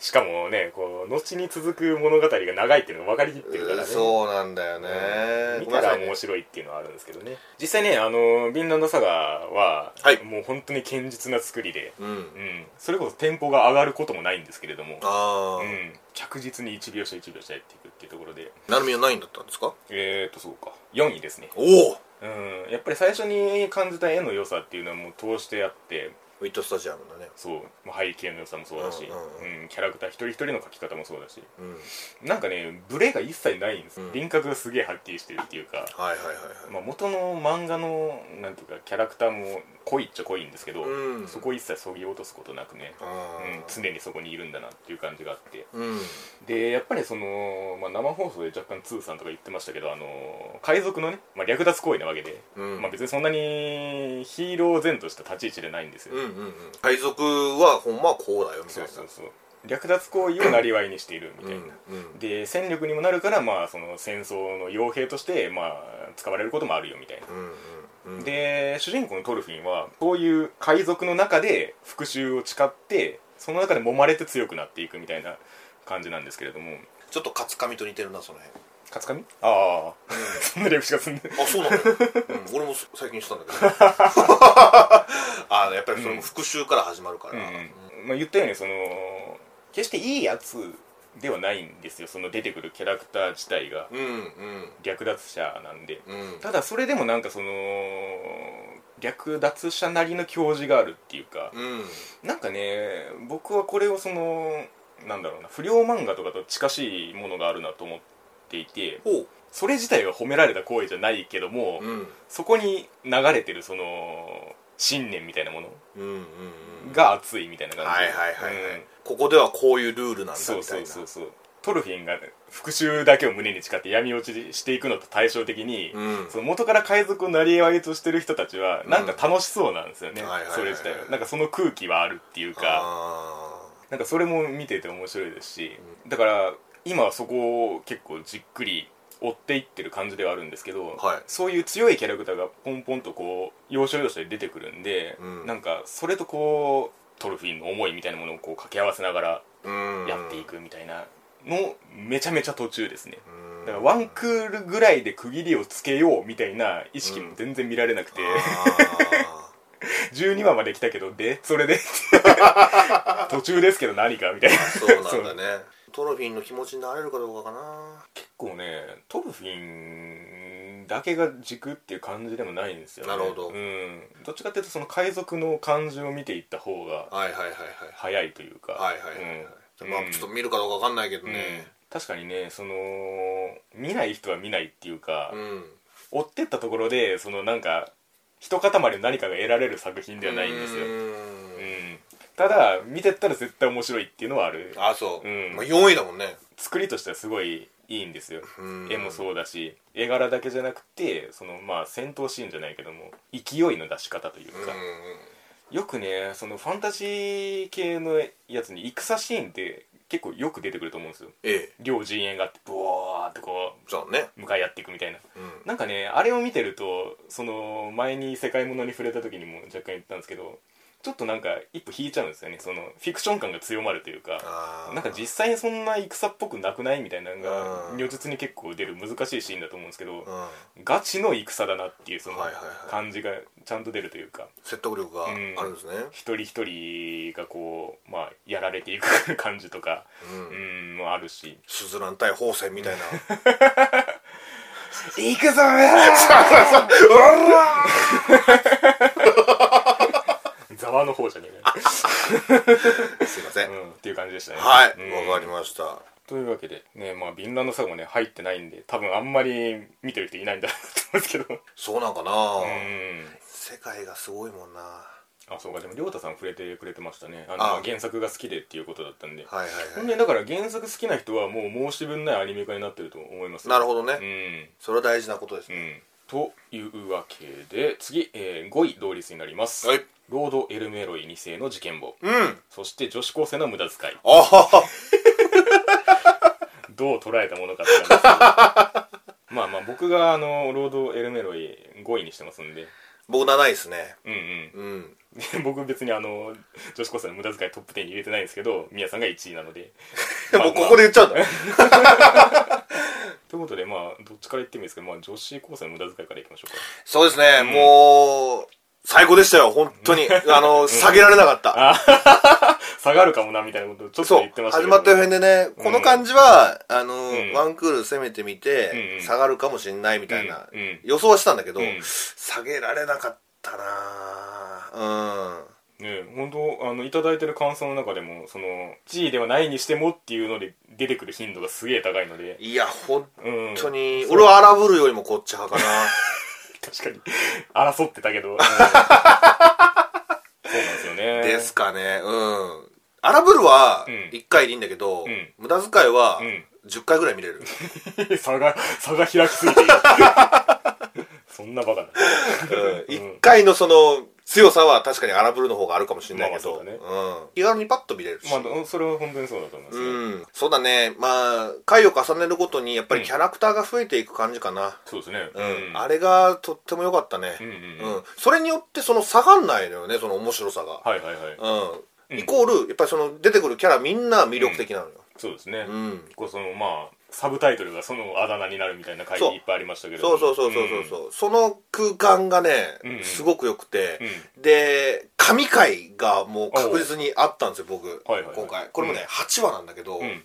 Speaker 1: しかもねこう後に続く物語が長いっていうのが分かりきってるからね
Speaker 2: そうなんだよね、
Speaker 1: 見
Speaker 2: ごめ
Speaker 1: た
Speaker 2: んな
Speaker 1: ら
Speaker 2: さいね
Speaker 1: 面白いっていうのはあるんですけどね実際ねあのビンランドサガは、
Speaker 2: はい
Speaker 1: もう本当に堅実な作りで、
Speaker 2: うん
Speaker 1: うん、それこそテンポが上がることもないんですけれども、
Speaker 2: あ
Speaker 1: う
Speaker 2: あ、
Speaker 1: ん、着実に1秒差1秒差やっていくっていうところで
Speaker 2: なるみは何位だったんですか
Speaker 1: えーとそうか4位ですね
Speaker 2: おお
Speaker 1: うんやっぱり最初に感じた絵の良さっていうのはもう通してあって
Speaker 2: ウィットスタジアムだね
Speaker 1: そうまあ背景の良さもそうだし、
Speaker 2: うん
Speaker 1: うんキャラクター一人一人の描き方もそうだし
Speaker 2: うん
Speaker 1: なんかねブレが一切ないんです、
Speaker 2: うん
Speaker 1: 輪郭がすげえはっきりしてるっていうか
Speaker 2: はいはいはいはい
Speaker 1: まあ、元の漫画のなんていうかキャラクターも濃いっちゃ濃いんですけど、
Speaker 2: うん
Speaker 1: そこ一切そぎ落とすことなくね、
Speaker 2: あ
Speaker 1: うん、
Speaker 2: ー
Speaker 1: 常にそこにいるんだなっていう感じがあって
Speaker 2: うん
Speaker 1: でやっぱりその、まあ、生放送で若干通さんとか言ってましたけどあの海賊のね、まあ、略奪行為なわけで、
Speaker 2: うん
Speaker 1: まあ、別にそんなにヒーロー前とした立ち位置でないんですよ、
Speaker 2: うんうんうん海賊はほんまはこうだよみたい
Speaker 1: そう
Speaker 2: な
Speaker 1: そうそう略奪行為をなりわいにしているみ
Speaker 2: うん
Speaker 1: た
Speaker 2: う
Speaker 1: いな、
Speaker 2: ん
Speaker 1: で戦力にもなるから、まあ、その戦争の傭兵として、まあ、使われることもあるよみたいな
Speaker 2: うんうんうん
Speaker 1: で主人公のトルフィンはそういう海賊の中で復讐を誓ってその中で揉まれて強くなっていくみたいな感じなんですけれども
Speaker 2: ちょっとカツカミと似てるなその辺
Speaker 1: 勝つ神あ あそんな略しがすんで
Speaker 2: あそうなの、うん、俺もそ最近したん だけどあのやっぱりそれも復讐から始まるから、
Speaker 1: うんまあ、言ったようにその決していいやつではないんですよその出てくるキャラクター自体が
Speaker 2: うんうん
Speaker 1: 略奪者なんで
Speaker 2: うん
Speaker 1: ただそれでもなんかその略奪者なりの教示があるっていうか
Speaker 2: うん
Speaker 1: なんかね僕はこれをそのなんだろうな不良漫画とかと近しいものがあるなと思っていて
Speaker 2: ほう
Speaker 1: それ自体は褒められた行為じゃないけども
Speaker 2: うん
Speaker 1: そこに流れてるその信念みたいなもの
Speaker 2: うんうんうん
Speaker 1: が熱いみたいな感じ
Speaker 2: はいはいはいはい、
Speaker 1: うん
Speaker 2: ここではこういうルールなんだみたい
Speaker 1: そう
Speaker 2: な
Speaker 1: そうそうそうトルフィンが復讐だけを胸に誓って闇落ちしていくのと対照的に、
Speaker 2: うん
Speaker 1: その元から海賊を成り上げとしてる人たちは
Speaker 2: ん
Speaker 1: なんか楽しそうなんですよね、
Speaker 2: はいはいはいはい
Speaker 1: それ自体はなんかその空気はあるっていうか
Speaker 2: あ
Speaker 1: なんかそれも見てて面白いですしだから今はそこを結構じっくり追っていってる感じではあるんですけど、
Speaker 2: はい
Speaker 1: そういう強いキャラクターがポンポンとこう要所要所で出てくるんで、
Speaker 2: うん
Speaker 1: なんかそれとこうトルフィンの思いみたいなものをこう掛け合わせながら
Speaker 2: ーうん
Speaker 1: やっていくみたいなのめちゃめちゃ途中ですね
Speaker 2: うん
Speaker 1: だからワンクールぐらいで区切りをつけようみたいな意識も全然見られなく て、
Speaker 2: あ
Speaker 1: 12話まで来たけどでそ れで途中ですけど何かみたいな
Speaker 2: ーそうなん だねトロフィーの気持ちになれるかどうかかな
Speaker 1: 結構ねトルフィンだけが軸っていう感じでもないんですよね
Speaker 2: なるほど
Speaker 1: うん、どっちかっていうとその海賊の感じを見ていった方が
Speaker 2: はいはいはい
Speaker 1: 早いというか
Speaker 2: はいはいはいはいはい、
Speaker 1: うん
Speaker 2: まあちょっと見るかどうかわかんないけど
Speaker 1: うん
Speaker 2: ね
Speaker 1: 確かにねその見ない人は見ないっていうか、
Speaker 2: うん、
Speaker 1: 追ってったところでそのなんか一塊の何かが得られる作品ではないんですよ、
Speaker 2: う
Speaker 1: うん
Speaker 2: ーん
Speaker 1: ただ見てったら絶対面白いっていうのはある
Speaker 2: あそ
Speaker 1: う
Speaker 2: う、
Speaker 1: ん
Speaker 2: まあ、4位だもんね
Speaker 1: 作りとしてはすごいいいんですよ
Speaker 2: うん
Speaker 1: 絵もそうだし絵柄だけじゃなくてそのまあ戦闘シーンじゃないけども勢いの出し方という
Speaker 2: うん
Speaker 1: か、よくねそのファンタジー系のやつに戦シーンって結構よく出てくると思うんですよ
Speaker 2: ええ
Speaker 1: 両陣営があってブワーってこ
Speaker 2: そうね
Speaker 1: う向かい合っていくみたいな
Speaker 2: うん
Speaker 1: なんかねあれを見てるとその前に「世界もの」に触れた時にも若干言ったんですけどちょっとなんか一歩引いちゃうんですよねそのフィクション感が強まるというか
Speaker 2: あー
Speaker 1: なんか実際にそんな戦っぽくなくないみたいなのが
Speaker 2: うん
Speaker 1: 如実に結構出る難しいシーンだと思うんですけど
Speaker 2: うん
Speaker 1: ガチの戦だなっていうその
Speaker 2: はいはいはい
Speaker 1: 感じがちゃんと出るというか
Speaker 2: 説得力があるんですね
Speaker 1: 一人一人がこうまあやられていく 感じとか
Speaker 2: うん
Speaker 1: うんもあるし
Speaker 2: スズラン対宝泉みたいな
Speaker 1: 「 行くぞー
Speaker 2: うわ
Speaker 1: ざわの方じゃねえかよ
Speaker 2: ー すいません、
Speaker 1: うんっていう感じでしたね
Speaker 2: はい
Speaker 1: うん
Speaker 2: わかりました
Speaker 1: というわけでねまあビンランドサガもね入ってないんで多分あんまり見てる人いないんだなと思うんですけど
Speaker 2: そうなんかな、
Speaker 1: うん
Speaker 2: 世界がすごいもんなは
Speaker 1: あそうかでも亮太さん触れてくれてましたねあの
Speaker 2: あ
Speaker 1: 原作が好きでっていうことだったんで、
Speaker 2: いはい
Speaker 1: ほ
Speaker 2: は
Speaker 1: ん
Speaker 2: い、
Speaker 1: でだから原作好きな人はもう申し分ないアニメ化になってると思います
Speaker 2: なるほどね、
Speaker 1: うん
Speaker 2: それは大事なことです
Speaker 1: う
Speaker 2: ね、
Speaker 1: んというわけで次、えー5位同率になります、
Speaker 2: はい
Speaker 1: ロード・エルメロイ2世の事件簿
Speaker 2: うんあ
Speaker 1: そして女子高生の無駄遣い
Speaker 2: あ
Speaker 1: どう捉えたものかって感じですけ どまあまあ僕があのロード・エルメロイ5位にしてますんで
Speaker 2: 僕7位ですね
Speaker 1: うんうん
Speaker 2: うん
Speaker 1: で 僕別にあの女子高生の無駄遣いトップ10に入れてないんですけど宮さんが1位なので
Speaker 2: で もうここで言っちゃうんだ
Speaker 1: ということでまあどっちから言ってもいいですけど、まあ、女子高生の無駄遣いからいきましょう
Speaker 2: そうですね、もう最高でしたよ本当にあの下げられなかった、
Speaker 1: か下がるかもなみたいなことをちょっと
Speaker 2: そ
Speaker 1: 言
Speaker 2: う
Speaker 1: ってましたけ
Speaker 2: 始
Speaker 1: ど
Speaker 2: まった辺でね、この感じはあの、
Speaker 1: ん
Speaker 2: ワンクール攻めてみて、
Speaker 1: うんうん
Speaker 2: 下がるかもしれないみたいな、
Speaker 1: うんうん
Speaker 2: 予想はしたんだけど、
Speaker 1: うん
Speaker 2: 下げられなかったなうん
Speaker 1: ね本当あのいただいてる感想の中でもその1位ではないにしてもっていうので出てくる頻度がすげえ高いので
Speaker 2: いや本
Speaker 1: うん
Speaker 2: 当
Speaker 1: 確
Speaker 2: に、俺は荒ぶるよりもこっち派かな
Speaker 1: かに争ってたけど、 うんそうなんですよね
Speaker 2: ですかねうん荒ぶるは
Speaker 1: うん
Speaker 2: 1回でいいんだけ
Speaker 1: ん
Speaker 2: ど、無駄遣いは
Speaker 1: うん
Speaker 2: 10回ぐらい見れ る、
Speaker 1: 差が差が 開きすぎているそんなバカな
Speaker 2: 一1回のその強さは確かに荒ぶるの方があるかもしれないけど、
Speaker 1: まあまあそう
Speaker 2: うん、気軽にパッと見れるし、
Speaker 1: まあ、それは本当にそうだと思いますね、
Speaker 2: うん、そうだねまあ回を重ねるごとにやっぱりキャラクターが増えていく感じかな、
Speaker 1: そうですね
Speaker 2: うんあ
Speaker 1: れ
Speaker 2: れがとっても良かったね、
Speaker 1: うんうん
Speaker 2: うんそれによってその下がんないのよねその面白さが、
Speaker 1: はいはいはい
Speaker 2: うん
Speaker 1: うん
Speaker 2: イコールやっぱりその出てくるキャラみんな魅力的なのよ、
Speaker 1: そうですね、
Speaker 2: うん
Speaker 1: 結構そのまあサブタイトルがそのあだ名になるみたいな回
Speaker 2: そう
Speaker 1: いっぱいありましたけれど
Speaker 2: そ
Speaker 1: も
Speaker 2: うそうそうそうそうそう、その空間がね
Speaker 1: うんうん
Speaker 2: すごく良くて、
Speaker 1: うん、うん
Speaker 2: で神回がもう確実にあったんですよ僕、
Speaker 1: はいはいはい
Speaker 2: 今回これもね、
Speaker 1: うん
Speaker 2: 8話なんだけど、
Speaker 1: うん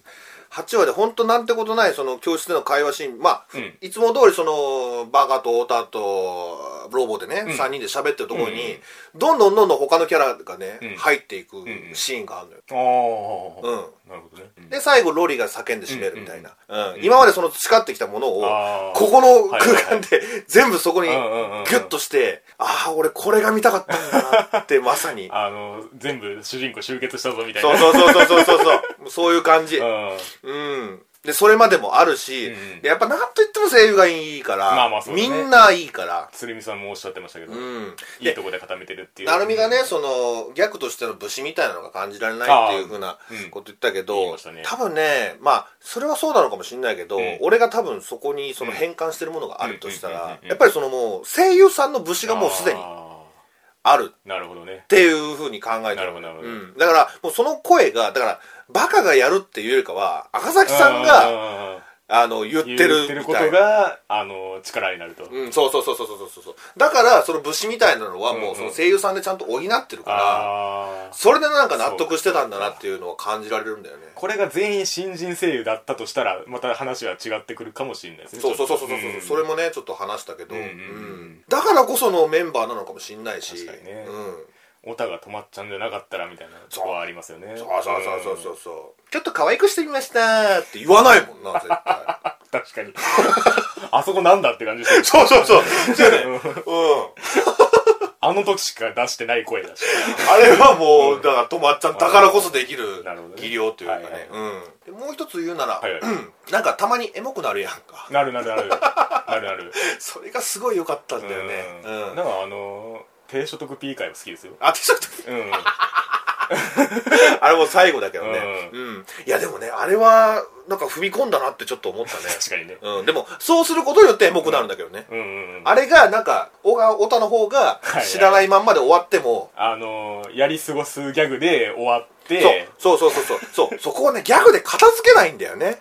Speaker 2: 8話で本当なんてことないその教室での会話シーンまあ、
Speaker 1: うん
Speaker 2: いつも通りそのバーガーと太田とロボでね、
Speaker 1: うん
Speaker 2: 3人で喋ってるところ
Speaker 1: うん
Speaker 2: に、どんどんどんどん他のキャラがね、
Speaker 1: うん
Speaker 2: 入っていく
Speaker 1: んうん
Speaker 2: シーンがあるのよ、
Speaker 1: ああ、
Speaker 2: うん
Speaker 1: なるほどね、うん
Speaker 2: で最後ロリが叫んで締めるみたいな、うん
Speaker 1: うん
Speaker 2: 今までその培ってきたものを
Speaker 1: あー
Speaker 2: ここの空
Speaker 1: はいはい
Speaker 2: 間で全部そこにギ
Speaker 1: うんうんうんうん
Speaker 2: ュッとしてああ俺これが見たかったんだなって まさに
Speaker 1: あの全部主人公集結したぞみたいな
Speaker 2: そうそうそうそうそうそう そうそういう感じ
Speaker 1: うん
Speaker 2: うんでそれまでもあるし、
Speaker 1: うんうん
Speaker 2: でやっぱなんといっても声優がいいから、
Speaker 1: まあまあそうだ
Speaker 2: み
Speaker 1: ね
Speaker 2: んないいから
Speaker 1: 鶴見さんもおっしゃってましたけど、
Speaker 2: うん
Speaker 1: いいとこで固めてるっていう
Speaker 2: 成美がねそのギャグとしての武士みたいなのが感じられないっていうふうな
Speaker 1: うん
Speaker 2: こと言ったけ
Speaker 1: 言い
Speaker 2: ど、
Speaker 1: ましたね
Speaker 2: 多分ねまあそれはそうなのかもしれないけど、
Speaker 1: ん
Speaker 2: 俺が多分そこにその変換してるものがあるとした
Speaker 1: うんうんうん
Speaker 2: ら
Speaker 1: う、んうん
Speaker 2: やっぱりそのもう声優さんの武士がもうすでに
Speaker 1: あ
Speaker 2: ある
Speaker 1: ーなるほどね
Speaker 2: っていうふうに考えて
Speaker 1: なるほどなるほど
Speaker 2: うん、だからもうその声がだからバカがやるっていうよりかは赤崎さんが
Speaker 1: が
Speaker 2: あの言っ
Speaker 1: 言
Speaker 2: て
Speaker 1: って
Speaker 2: る
Speaker 1: る
Speaker 2: み
Speaker 1: こ
Speaker 2: た
Speaker 1: と
Speaker 2: いな。
Speaker 1: があの力になると、
Speaker 2: うん、そうそうそうそうそうそうそうだからその武士みたいなのはもうその声優さんでちゃんと補ってるから、
Speaker 1: ああ
Speaker 2: それでなんか納得してたんだなっていうのは感じられるんだよね
Speaker 1: これが全員新人声優だったとしたらまた話は違ってくるかもしれないですね
Speaker 2: そうそうそうそうそう、
Speaker 1: ん
Speaker 2: それもねちょっと話したけど、
Speaker 1: うんうんうん
Speaker 2: うんだからこそのメンバーなのかもしんないし
Speaker 1: 確かにね
Speaker 2: うん、
Speaker 1: オタが止まっちゃうんじゃなかったらみたいなとこはありますよね
Speaker 2: そうそうそうそうそうそうちょっと可愛くしてみましたーって言わないもん な絶
Speaker 1: う
Speaker 2: 対
Speaker 1: ん確かに あそこなんだって感じですよね
Speaker 2: そうそうそうそうよねうん
Speaker 1: あの時しか出してない声だし
Speaker 2: あれはもう、だから止まっちゃうだからこそできる
Speaker 1: なるほどね
Speaker 2: 技量というかね
Speaker 1: はいはい
Speaker 2: うん、でもう一つ言うなら、
Speaker 1: はいはい
Speaker 2: うんなんかたまにエモくなるやんか
Speaker 1: なるなるなるなるなる
Speaker 2: それがすごい良かったん だよね
Speaker 1: う
Speaker 2: うんん、
Speaker 1: なんかあの低所得 P 会も好きですよ
Speaker 2: あちょっと
Speaker 1: うん
Speaker 2: あれも最後だけどね、うんいやでもねあれはなんか踏み込んだなってちょっと思ったね、
Speaker 1: 確かにね
Speaker 2: うん、でもそうすることによってエモくなるんだけどね、
Speaker 1: うんうんうん
Speaker 2: あれがなんか小川太田の方が
Speaker 1: はいはい
Speaker 2: 知らないまんまで終わっても、
Speaker 1: あのーやり過ごすギャグで終わって
Speaker 2: そうそうそうそうそうそうそこをねギャグで片付けないんだよね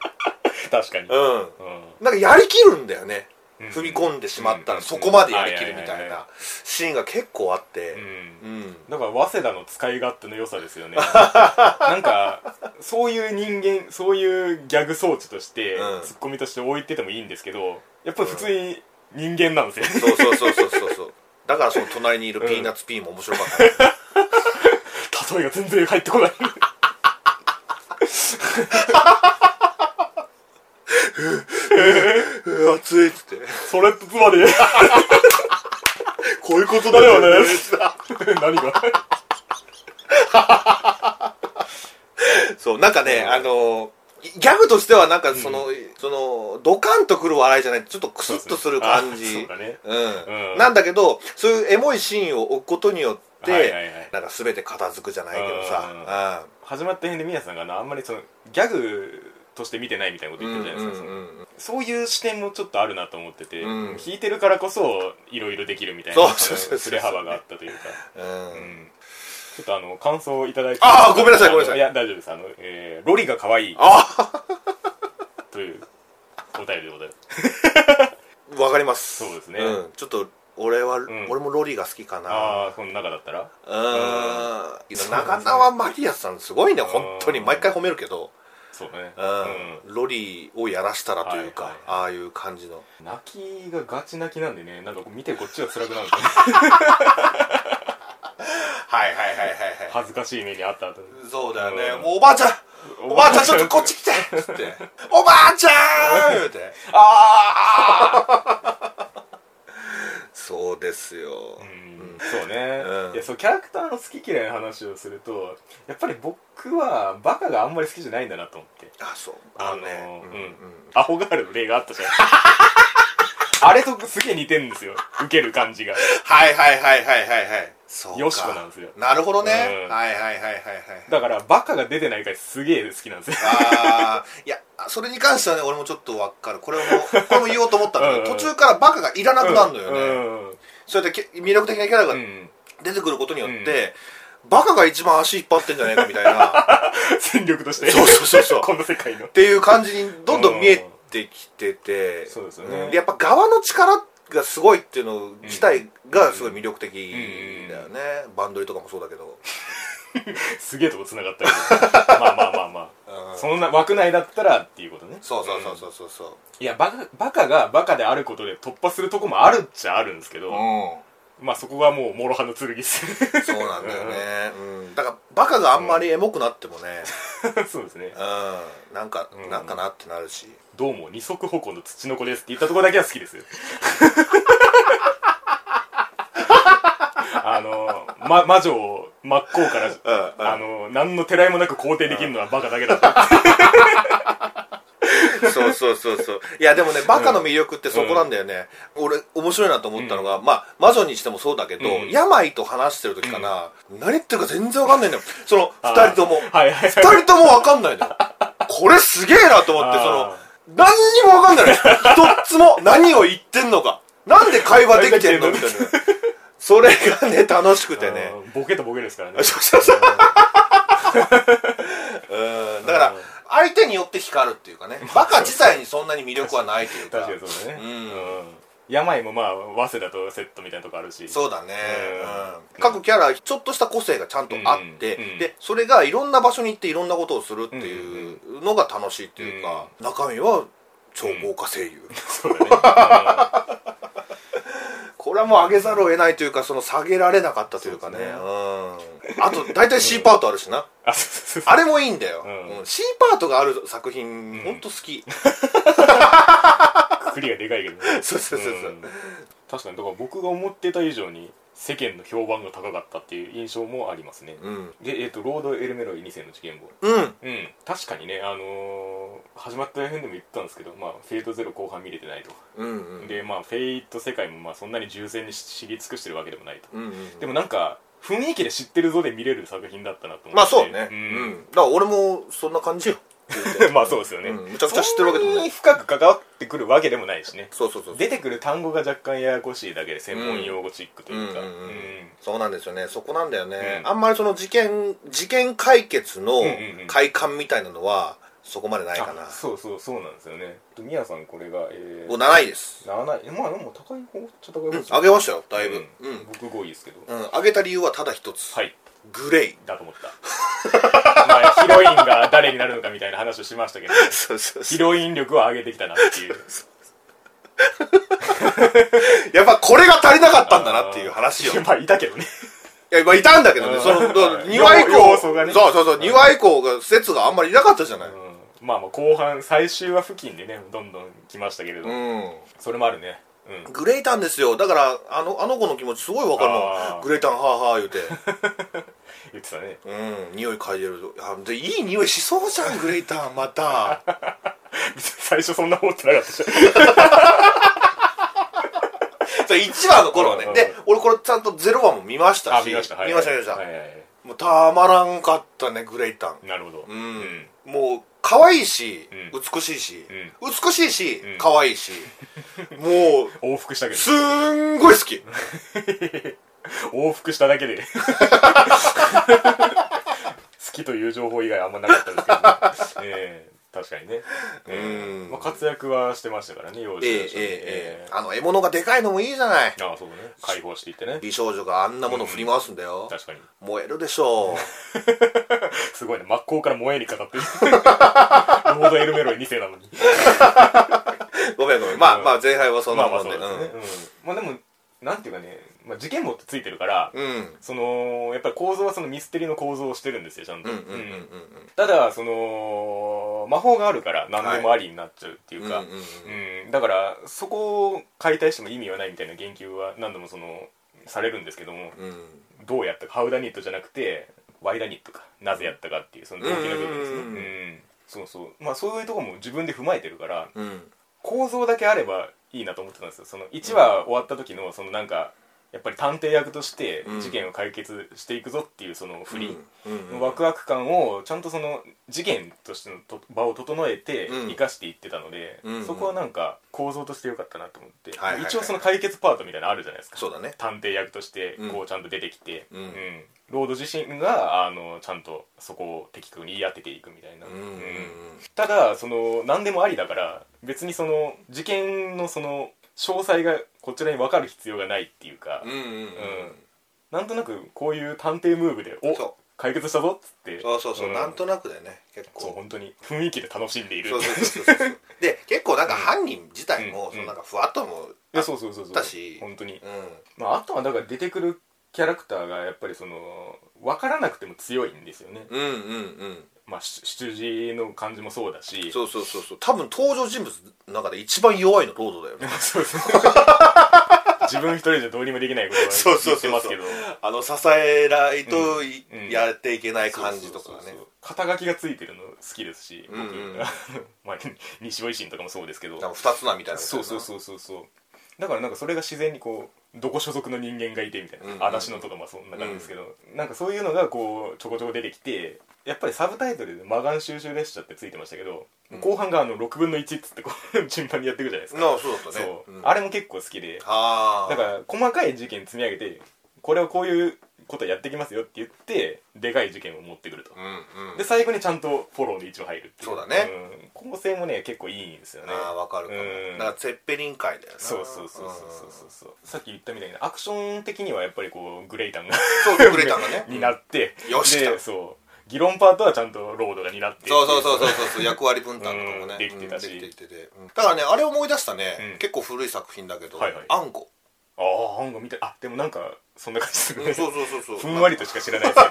Speaker 1: 確かに、
Speaker 2: うん
Speaker 1: うん
Speaker 2: なんかやりきるんだよね
Speaker 1: うんうん
Speaker 2: 踏み込んでしまった
Speaker 1: うんう
Speaker 2: ら
Speaker 1: ん
Speaker 2: そこまでやりきるみ
Speaker 1: は
Speaker 2: た
Speaker 1: いはい
Speaker 2: い
Speaker 1: はい
Speaker 2: な
Speaker 1: は
Speaker 2: シーンが結構あって
Speaker 1: うん
Speaker 2: うん
Speaker 1: だから早稲田の使い勝手の良さ ですよねなんかそういう人間そういうギャグ装置として、
Speaker 2: うん
Speaker 1: ツッコミとして置いててもいいんですけどやっぱり普通に人間なんですよ、
Speaker 2: そうそうそうそうそうそうだからその隣にいるピーナッツピーも面白かったね、
Speaker 1: 例えが全然入ってこ ない
Speaker 2: えー熱いっつって
Speaker 1: それっつまり
Speaker 2: こういうこと
Speaker 1: だ
Speaker 2: だ
Speaker 1: よ
Speaker 2: よ
Speaker 1: ね
Speaker 2: ね。
Speaker 1: 何が
Speaker 2: そう、なんかね、あのー、ギャグとしてはなんかその、その、ドカンとくる笑いじゃない、ちょっとクスッとする感じ。
Speaker 1: そうだね
Speaker 2: うん、
Speaker 1: うん
Speaker 2: なんだけど、そういうエモいシーンを置くことによって、
Speaker 1: はいはいはい
Speaker 2: なんか全て片付くじゃないけどさ、
Speaker 1: 始まった辺で皆さんがあのあんまりそのギャグとして見てないみたいなこと
Speaker 2: うん。
Speaker 1: 言っ
Speaker 2: うん
Speaker 1: てるじゃな
Speaker 2: う
Speaker 1: い
Speaker 2: ん
Speaker 1: ですか、
Speaker 2: うんうん
Speaker 1: そういう視点もちょっとあるなと思ってて、
Speaker 2: うん
Speaker 1: 弾いてるからこそいろいろできるみたいな
Speaker 2: そうそうそうそう
Speaker 1: 振れ幅があったというか、
Speaker 2: うん
Speaker 1: うんちょっとあの感想をいただいて
Speaker 2: あーごめんなさいごめんなさい
Speaker 1: あのや大丈夫ですあの、えーロリが可愛い
Speaker 2: あ
Speaker 1: というお便りでございます
Speaker 2: わかります。
Speaker 1: そうですね
Speaker 2: ん、ちょっと俺は、
Speaker 1: ん
Speaker 2: 俺もロリが好きかな。
Speaker 1: ああこの中だったら
Speaker 2: うーん。中澤マリアさんすごいね、本当に。毎回褒めるけど。
Speaker 1: そうだね、
Speaker 2: うん、ロリをやらしたらというか、
Speaker 1: はいはい
Speaker 2: ああいう感じの
Speaker 1: うん泣きがガチ泣きなんでねなんかこう見てこっちが辛くなるんで すよね
Speaker 2: はいはいはいはい
Speaker 1: 恥ずかしい目にあった後に
Speaker 2: そうだよね、
Speaker 1: うん
Speaker 2: もうおばあちゃんおばあちゃんちょっ とこっち来てっつって「おばあちゃん!」言うて
Speaker 1: ああ
Speaker 2: そうですよ、
Speaker 1: うんそうね、
Speaker 2: うん
Speaker 1: いやそうキャラクターの好き嫌いの話をするとやっぱり僕はバカがあんまり好きじゃないんだなと思って
Speaker 2: あそう
Speaker 1: あの
Speaker 2: あのね、
Speaker 1: ーうんアホガールの例があったじゃん あれとすげえ似てんですよ受ける感じが
Speaker 2: はいはいはいはいはいはいそうか
Speaker 1: よしこなんですよ
Speaker 2: なるほどね、
Speaker 1: うん
Speaker 2: はいはいはいはいはい
Speaker 1: だからバカが出てない回すげえ好きなんですよ
Speaker 2: ああいやそれに関してはね俺もちょっとわかるこれもこれも言おうと思ったんだけど
Speaker 1: うんうん
Speaker 2: 途中からバカがいらなくなるのよね、
Speaker 1: うん
Speaker 2: そうやってけ魅力的なキャラが
Speaker 1: うんうん
Speaker 2: 出てくることによって、バカが一番足引っ張ってんじゃないかみた いな
Speaker 1: 戦力として
Speaker 2: そうそうそうそう
Speaker 1: この世界の
Speaker 2: っていう感じにどんどん見えてきてて、
Speaker 1: そうですよね
Speaker 2: んやっぱ側の力がすごいっていうの自体がすごい魅力的だよね、バンドリとかもそうだけど、
Speaker 1: すげえとこ繋がったけどまあまあまあまあそんな枠内だったらっていうことね
Speaker 2: そうそうそうんそうそうそう
Speaker 1: いやバカバカがバカであることで突破するとこもあるっちゃあるんですけど、
Speaker 2: う
Speaker 1: まあそこがもう諸刃の剣っす
Speaker 2: んそうなんだよね、うん、だからバカがあんまりエモくなってもね、
Speaker 1: そうですね
Speaker 2: うん、なんか、
Speaker 1: うん
Speaker 2: なんかなってなるし
Speaker 1: どうも二足歩行の土の子ですって言ったところだけは好きです よあの、ま、魔女を真っ向から、
Speaker 2: うん
Speaker 1: あの何のてらいもなく肯定できるのはバカだけだ った
Speaker 2: そうそうそうそういやでもねバカの魅力ってそこなんだよね、俺面白いなと思ったのが、まあ魔女にしてもそうだけど、
Speaker 1: うん
Speaker 2: 病と話してる時かな、何言ってるか全然わかんないんだよそ の2人とも
Speaker 1: はいはい
Speaker 2: 2人ともわかんないんだよこれすげえなと思ってその
Speaker 1: あ
Speaker 2: 何にもわかんないのよ一つも何を言ってんのかなんで会話できてんのみたいなそれがね楽しくてね
Speaker 1: あーボケとボケですからね
Speaker 2: そう そうそううんだから
Speaker 1: うん
Speaker 2: 相手によって光るっていうかねバカ自体にそんなに魅力はないというか
Speaker 1: 確かにそうだね
Speaker 2: うん
Speaker 1: 病もまあ早稲田とセットみたいなとこあるし
Speaker 2: そうだね、
Speaker 1: うん
Speaker 2: うん各キャラちょっとした個性がちゃんとあって、
Speaker 1: うんうん
Speaker 2: でそれがいろんな場所に行っていろんなことをするっていうのが楽しいっていうか、中身は超豪華声優、
Speaker 1: そうだね
Speaker 2: これはもう上げざるを得ないというかその下げられなかったというかね
Speaker 1: そうですね
Speaker 2: うん、あと大体 C パートあるしな、
Speaker 1: あそうそうそう
Speaker 2: あれもいいんだよ、
Speaker 1: うん
Speaker 2: うん C パートがある作品、
Speaker 1: ん
Speaker 2: ほんと好き
Speaker 1: くくりがでかいけどね
Speaker 2: そうそうそうそう
Speaker 1: うん確かにだから僕が思ってた以上に世間の評判が高かったっていう印象もありますね
Speaker 2: うん
Speaker 1: でえっとロード・エルメロイ2世の事件簿
Speaker 2: うん
Speaker 1: うん確かにねあのー始まった辺でも言ったんですけどまあフェイトゼロ後半見れてないと
Speaker 2: うんうん
Speaker 1: でまあフェイト世界もまあそんなに従前に知り尽くしてるわけでもないと
Speaker 2: うんうん
Speaker 1: でもなんか雰囲気で知ってるぞで見れる作品だったなと思って
Speaker 2: まあそうね、うんん、だから俺もそんな感じよ
Speaker 1: まあそうですよね、
Speaker 2: うんむちゃくちゃ知ってるわけでも
Speaker 1: そん
Speaker 2: な
Speaker 1: ないに深く関わってくるわけでもないしね
Speaker 2: そうそうそう
Speaker 1: 出てくる単語が若干ややこしいだけで専門用語チックというか
Speaker 2: うんうんうんそうなんですよねそこなんだよね、
Speaker 1: うん
Speaker 2: あんまりその事件事件解決の
Speaker 1: んうんうん
Speaker 2: 快感みたいなのはそこまでないかな、
Speaker 1: あそうそうそうなんですよねとみやさんこれがえ
Speaker 2: お
Speaker 1: ー、
Speaker 2: 7位です
Speaker 1: 7位まあでも高い方っちゃ高い方です
Speaker 2: 上げましたよだいぶうん、う
Speaker 1: うん
Speaker 2: ん
Speaker 1: 僕5位ですけど
Speaker 2: 上げた理由はただ一つ、
Speaker 1: はい
Speaker 2: グレイ
Speaker 1: だと思ったまあヒロインが誰になるのかみたいな話をしましたけど
Speaker 2: そうそう
Speaker 1: ヒ
Speaker 2: そ
Speaker 1: ロイン力を上げてきたなっていう
Speaker 2: うやっぱこれが足りなかったんだなっていう話よ
Speaker 1: いや まあいたけどね
Speaker 2: いや、まあ、いたんだけど
Speaker 1: う
Speaker 2: ね
Speaker 1: ん
Speaker 2: その
Speaker 1: はい
Speaker 2: 2話以降
Speaker 1: 要素がね
Speaker 2: そうそうそう
Speaker 1: うん
Speaker 2: 2話以降が説があんまりいなかったじゃない
Speaker 1: うんまあまあ後半最終話付近でねどんどん来ましたけれど、
Speaker 2: うん
Speaker 1: それもあるねうん
Speaker 2: グレイタンですよだからあのあの子の気持ちすごいわかる
Speaker 1: あ
Speaker 2: の
Speaker 1: ー
Speaker 2: グレイタンはあはあ言うて
Speaker 1: 言ってたね
Speaker 2: うん匂い嗅いでるあでいい匂いしそうじゃんグレイタンまた
Speaker 1: 最初そんな思ってなかったし
Speaker 2: そう1話の頃はね
Speaker 1: うんうん
Speaker 2: で俺これちゃんと0話も見ま したし
Speaker 1: あ見ましたはい
Speaker 2: 見ました見ました
Speaker 1: はいはいはい
Speaker 2: もうたまらんかったねグレイタン
Speaker 1: なるほどう
Speaker 2: うん、もう可愛いし、
Speaker 1: うん
Speaker 2: 美しいし、
Speaker 1: う
Speaker 2: 美しいし、
Speaker 1: うん
Speaker 2: 可愛いしもう
Speaker 1: 往復したけど
Speaker 2: すんごい好き
Speaker 1: 往復しただけで好きという情報以外あんまなかったです けどね、ええ確かにね、ええ
Speaker 2: うん
Speaker 1: まあ、活躍はしてましたからね幼
Speaker 2: え
Speaker 1: 児
Speaker 2: えええええあの獲物がでかいのもいいじゃない
Speaker 1: ああそうね解放していってね
Speaker 2: 美少女があんなもの振り回すんだよ、
Speaker 1: 確かに
Speaker 2: 燃えるで しょ
Speaker 1: すごいね真っ向から燃えにかか ってるロード・エルメロイ2世なのに
Speaker 2: うごめんごめんまあ
Speaker 1: うん
Speaker 2: まあ前半はそん
Speaker 1: ま
Speaker 2: な
Speaker 1: あまあ
Speaker 2: もん
Speaker 1: そう
Speaker 2: で
Speaker 1: ですね、うんまあでもなんていうかね、まあ、事件簿ってついてるから、
Speaker 2: うんうん
Speaker 1: そのやっぱり構造はそのミステリーの構造をしてるんですよちゃんと、
Speaker 2: うんうんうんうん
Speaker 1: うんただその魔法があるから何でもありになっちゃうっていう
Speaker 2: うんうん
Speaker 1: か、
Speaker 2: うんうん
Speaker 1: うんだからそこを解体しても意味はないみたいな言及は何度もそのされるんですけども
Speaker 2: うん
Speaker 1: どうやったかハウダニットじゃなくてワイダニットかなぜやったかっていうその動機の部分ですね
Speaker 2: うんうんうん
Speaker 1: うんそうそうまあそういうとこも自分で踏まえてるから
Speaker 2: うん
Speaker 1: 構造だけあればいいなと思ってたんですよその1話終わった時のそのなんかやっぱり探偵役として
Speaker 2: うん
Speaker 1: 事件を解決していくぞっていうその振り、
Speaker 2: うんうん
Speaker 1: ワクワク感をちゃんとその事件としてのと場を整えて
Speaker 2: うん
Speaker 1: 生かしていってたので、
Speaker 2: うんうん
Speaker 1: そこはなんか構造として良かったなと思って、
Speaker 2: はいはいはい
Speaker 1: 一応その解決パートみたいなのあるじゃないですか
Speaker 2: そうだね
Speaker 1: 探偵役として
Speaker 2: うん
Speaker 1: こうちゃんと出てきて、
Speaker 2: うん
Speaker 1: ロード自身があのちゃんとそこを的確に言い当てていくみたいな、
Speaker 2: うん
Speaker 1: う
Speaker 2: うんん
Speaker 1: ただその何でもありだから別にその事件のその詳細がこちらに分かる必要がないっていうか、
Speaker 2: うんうんうん
Speaker 1: なんとなくこういう探偵ムーブでお
Speaker 2: そう
Speaker 1: 解決したぞっつって
Speaker 2: そうそうそう、
Speaker 1: ん
Speaker 2: なんとなくだよね結
Speaker 1: そう
Speaker 2: 構
Speaker 1: 本当に雰囲気で楽しんでいる
Speaker 2: そうそうそうそうそうで結構なんか犯人自体
Speaker 1: う
Speaker 2: も
Speaker 1: ん
Speaker 2: そのなんかふわっとも
Speaker 1: いやそうそうそうそう
Speaker 2: だし
Speaker 1: 本当に、
Speaker 2: うん
Speaker 1: まあ、あとはだから出てくるキャラクターがやっぱりその分からなくても強いんですよね、
Speaker 2: うんうんうん
Speaker 1: まあし出自の感じもそうだし
Speaker 2: そうそうそうそう多分登場人物の中で一番弱いのロード だよね
Speaker 1: そう そう自分一人じゃどうにもできないこと
Speaker 2: そう
Speaker 1: は
Speaker 2: そ
Speaker 1: 言
Speaker 2: う
Speaker 1: って
Speaker 2: そうそう
Speaker 1: ますけど
Speaker 2: あの支えない
Speaker 1: と
Speaker 2: い
Speaker 1: うん
Speaker 2: やっていけない感じ
Speaker 1: そう
Speaker 2: と
Speaker 1: そ
Speaker 2: か
Speaker 1: う
Speaker 2: が
Speaker 1: そう
Speaker 2: ね
Speaker 1: 肩書きがついてるの好きですし僕、
Speaker 2: うんうん
Speaker 1: あの まあ、西尾維新とかもそうですけど
Speaker 2: なんか二つなみたいな
Speaker 1: そうそう
Speaker 2: う
Speaker 1: そうそうそうだからなんかそれが自然にこうどこ所属の人間がいてみたいな、
Speaker 2: うんうん
Speaker 1: 嵐のとかもそんな感じですけど、なんかそういうのがこうちょこちょこ出てきてやっぱりサブタイトルで「魔眼収集列車」ってついてましたけど、
Speaker 2: うん
Speaker 1: 後半があの6分の1っつってこう 順番にやっていくじゃないですか、
Speaker 2: なあそうだったね
Speaker 1: そう、
Speaker 2: うん
Speaker 1: あれも結構好きで
Speaker 2: あ
Speaker 1: だ
Speaker 2: あ
Speaker 1: から細かい事件積み上げてこれをこういうことやってきますよって言ってでかい事件を持ってくると、
Speaker 2: うんうん
Speaker 1: で最後にちゃんとフォローで一応入るってい
Speaker 2: そうだね、
Speaker 1: うん構成もね結構いいんですよね
Speaker 2: ああわかるかも
Speaker 1: うん
Speaker 2: だからゼッペリン界だよな
Speaker 1: そうそうそうそうそうそうそうさっき言ったみたいなアクション的にはやっぱりこうグレイタンが
Speaker 2: うんそうグレタがね
Speaker 1: になって
Speaker 2: よし
Speaker 1: で
Speaker 2: と
Speaker 1: そう議論パートはちゃんとロードが担って
Speaker 2: そうそうそうそうそうそう役割分担とかもね、
Speaker 1: うんできてたし
Speaker 2: うんできててうんだからねあれ思い出したね、
Speaker 1: うん
Speaker 2: 結構古い作品だけど「
Speaker 1: はいはい
Speaker 2: あんこ
Speaker 1: ああなんか見たあでもなんかそんな感じす」る
Speaker 2: う
Speaker 1: ね
Speaker 2: んそうそうそうそう
Speaker 1: ふんわりとしか知らないですけど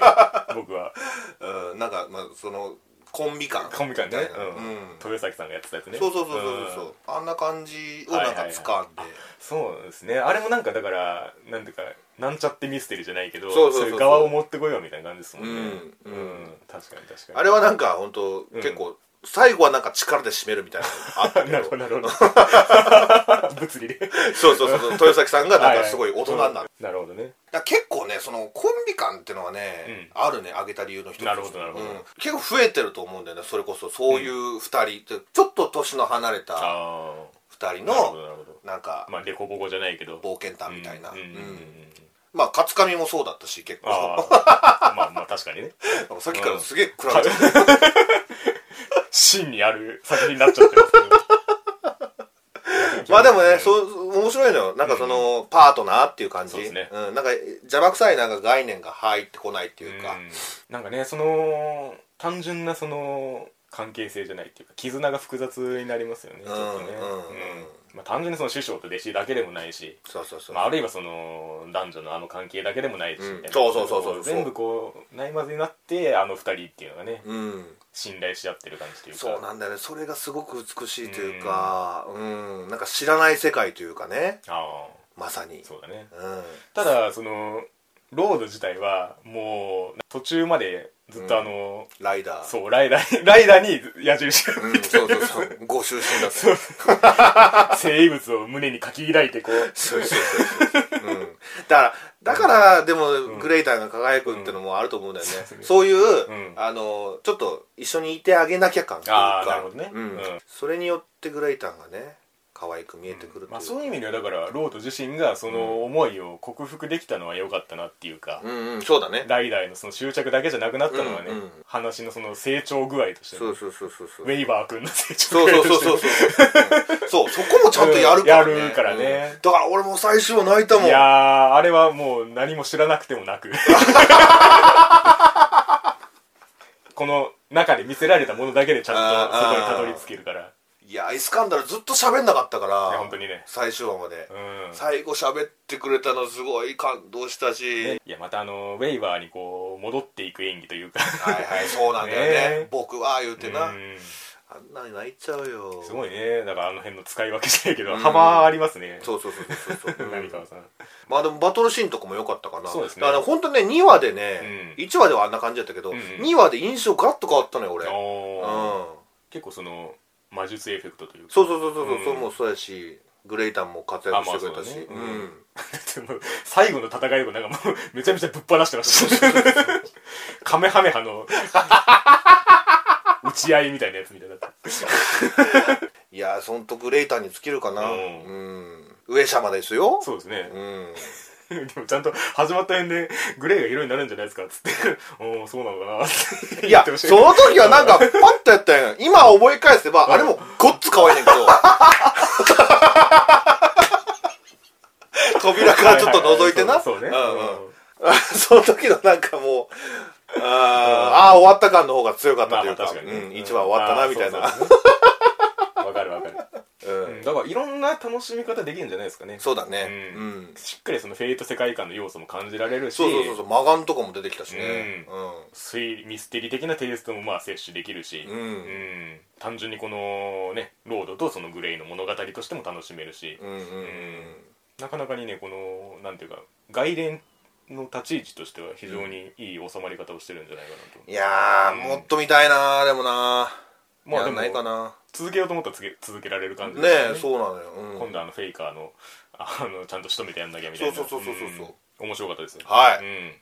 Speaker 1: 僕は
Speaker 2: うんなんか、まあ、そのコンビ感
Speaker 1: コンビ感ね
Speaker 2: みたいな
Speaker 1: うん豊崎さんがやってたやつね
Speaker 2: そうそうそうそうそ
Speaker 1: ん
Speaker 2: うあんな感じをなんか掴んで、
Speaker 1: そうですねあれもなんかだからなんていうかなんちゃってミステリーじゃないけど
Speaker 2: そうそうそうそう
Speaker 1: い側を持ってこようみたいな感じですもんね
Speaker 2: うんうん
Speaker 1: 確かに確かに
Speaker 2: あれはなんか本当、結構最後はなんか力で締めるみたいなのがあったけ
Speaker 1: な
Speaker 2: ど
Speaker 1: るほどなるほど 物理で
Speaker 2: そうそうそうそう豊崎さんがなんかすごい大人になる、だか
Speaker 1: なるほどね
Speaker 2: ら結構ねそのコンビ感っていうのはね、あるね上げた理由の一つ
Speaker 1: なるほどなるほど
Speaker 2: うん結構増えてると思うんだよねそれこそそういう二人、ちょっと年の離れた
Speaker 1: あ
Speaker 2: 二人
Speaker 1: あなるほ
Speaker 2: の
Speaker 1: どなるほど
Speaker 2: なんか
Speaker 1: まあ凸凹じゃないけど
Speaker 2: 冒険探みたいな、
Speaker 1: うんうんうんうん
Speaker 2: うんまあ勝上もそうだったし結構
Speaker 1: あ あまあまあ確かにね
Speaker 2: さっきからすげえ比べちゃった
Speaker 1: 真にある作品になっちゃってますけど
Speaker 2: まあでもね、そう、面白いのよ。なんかその、パートナーっていう感じ。
Speaker 1: そうですね
Speaker 2: ん。なんか、邪魔くさいなんか概念が入ってこないっていうか。
Speaker 1: んなんかねその単純なその関係性じゃないっていうか絆が複雑になりますよねちょっとね
Speaker 2: うんうんうん
Speaker 1: まあ単純にその師匠と弟子だけでもないし
Speaker 2: そうそうそう。
Speaker 1: まあ、あるいはその男女のあの関係だけでもないし、
Speaker 2: うん
Speaker 1: みたいな
Speaker 2: そうそうそうそう
Speaker 1: こ全部こうないまぜになってあの二人っていうのがね
Speaker 2: うん。
Speaker 1: 信頼し合ってる感じというか
Speaker 2: そうなんだよね。それがすごく美しいというか、うん。なんか知らない世界というかね。
Speaker 1: あ
Speaker 2: まさに
Speaker 1: あ。そうだね
Speaker 2: うん。
Speaker 1: ただそのロード自体はもう途中までずっとあの、
Speaker 2: ライダー。
Speaker 1: そうライダーライダーに 矢印 が
Speaker 2: うん。そうそ うそう。ご就寝だった。そう
Speaker 1: 生物を胸に書き開いてこう
Speaker 2: そうそうそう。うん。だから、だから、でも、グレイターが輝くってのもあると思うんだよね。
Speaker 1: うん
Speaker 2: そういう、
Speaker 1: うん
Speaker 2: あの、ちょっと一緒にいてあげなきゃ感というか。
Speaker 1: あーなるほどね
Speaker 2: うん
Speaker 1: うん
Speaker 2: それによってグレイターがね、可愛く見えてくるというか。
Speaker 1: まあ、そういう意味ではだからロード自身がその思いを克服できたのは良かったなっていうか、
Speaker 2: うんうん、そうだね。
Speaker 1: ライダーへのその執着だけじゃなくなったのはね、
Speaker 2: うんうん
Speaker 1: 話のその成長具合としてね
Speaker 2: そうそうそうそうそう。
Speaker 1: ウェイバー君の成長
Speaker 2: そう
Speaker 1: 具合
Speaker 2: そう
Speaker 1: として
Speaker 2: そうそうそう。そう、そこもちゃんとやるからね。
Speaker 1: うんやるからね
Speaker 2: うんだから俺も最初は泣いたもん。
Speaker 1: いやーあれはもう何も知らなくてもな くこの中で見せられたものだけでちゃんとそこにたどり着けるから
Speaker 2: いや、イスカンダルずっと喋んなかったから
Speaker 1: いや。本当にね
Speaker 2: 最終話まで。
Speaker 1: うん
Speaker 2: 最後喋ってくれたのすごい感動したし。
Speaker 1: いやまたあのウェイバーにこう戻っていく演技というか
Speaker 2: はいはいそうなんだよね
Speaker 1: ねえ
Speaker 2: 僕は言うてな、
Speaker 1: うん
Speaker 2: あんなに泣いちゃうよ
Speaker 1: すごいねだからあの辺の使い分けじゃないけど
Speaker 2: ん
Speaker 1: 幅ありますね
Speaker 2: そうそうそうそ うそう、う
Speaker 1: 浪
Speaker 2: ん
Speaker 1: 川さん
Speaker 2: まあでもバトルシーンとかも良かったかな
Speaker 1: そうですね
Speaker 2: だから本当ね2話でね、
Speaker 1: う
Speaker 2: 一1話ではあんな感じだったけど、
Speaker 1: うんうん
Speaker 2: 二2話で印象ガラッと変わったのよ俺うん
Speaker 1: おー結構その魔術エフェクトというか
Speaker 2: そうそうそうそう、
Speaker 1: うん
Speaker 2: それもそうやしグレイタンも活躍してくれ
Speaker 1: あ
Speaker 2: たし、
Speaker 1: まあそうだね
Speaker 2: う
Speaker 1: うん
Speaker 2: ん
Speaker 1: で も最後の戦いをなんかもうめちゃめちゃぶっ放してましたねカメハメハの打ち合いみたいなやつみたいになって
Speaker 2: いやーそんとグレイタンに尽きるかなう
Speaker 1: うんん、
Speaker 2: 上様ですよ
Speaker 1: そうですね
Speaker 2: う、ん
Speaker 1: でもちゃんと始まった辺でグレーが色になるんじゃないですかっつっておおそうなのかなって
Speaker 2: いや、
Speaker 1: 言ってました
Speaker 2: そ
Speaker 1: けど
Speaker 2: の時はなんか、パッとやったやん。今思い返せば、あれもごっつ可愛いねんけ ど。扉からちょっと覗いてな。
Speaker 1: そうね、
Speaker 2: うんうんあ その時のなんかもう、あーあー、終わった感の方が強かったというか、うん、1話終わったな、みたい
Speaker 1: あー
Speaker 2: な。
Speaker 1: そうそうわかるわかる、
Speaker 2: う
Speaker 1: うん
Speaker 2: ん
Speaker 1: だからいろんな楽しみ方できるんじゃないですかね
Speaker 2: そうだね。
Speaker 1: う
Speaker 2: うんん。
Speaker 1: しっかりそのフェイト世界観の要素も感じられるし
Speaker 2: そうそうそうそう、マガンとかも出てきたしね。
Speaker 1: 推理ミステリー的なテイストもまあ摂取できるし、
Speaker 2: うん。うん。
Speaker 1: うん単純にこのねロードとそのグレイの物語としても楽しめるし、
Speaker 2: うん。うん。
Speaker 1: なかなかにねこのなんていうか外伝の立ち位置としては非常にいい収まり方をしてるんじゃないかなと、
Speaker 2: いやー、もっと見たいなー、でもなー。
Speaker 1: まあ
Speaker 2: や
Speaker 1: で
Speaker 2: んないか
Speaker 1: も
Speaker 2: な。
Speaker 1: 続けようと思ったら続け続けられる感じ
Speaker 2: ね
Speaker 1: ですよ
Speaker 2: え、そうなのよ。うん
Speaker 1: 今度あのフェイカーのあのちゃんと仕留めてやんなきゃみたいな
Speaker 2: そうそうそうそうそうそうん
Speaker 1: 面白かったですよ
Speaker 2: は
Speaker 1: う
Speaker 2: い
Speaker 1: ん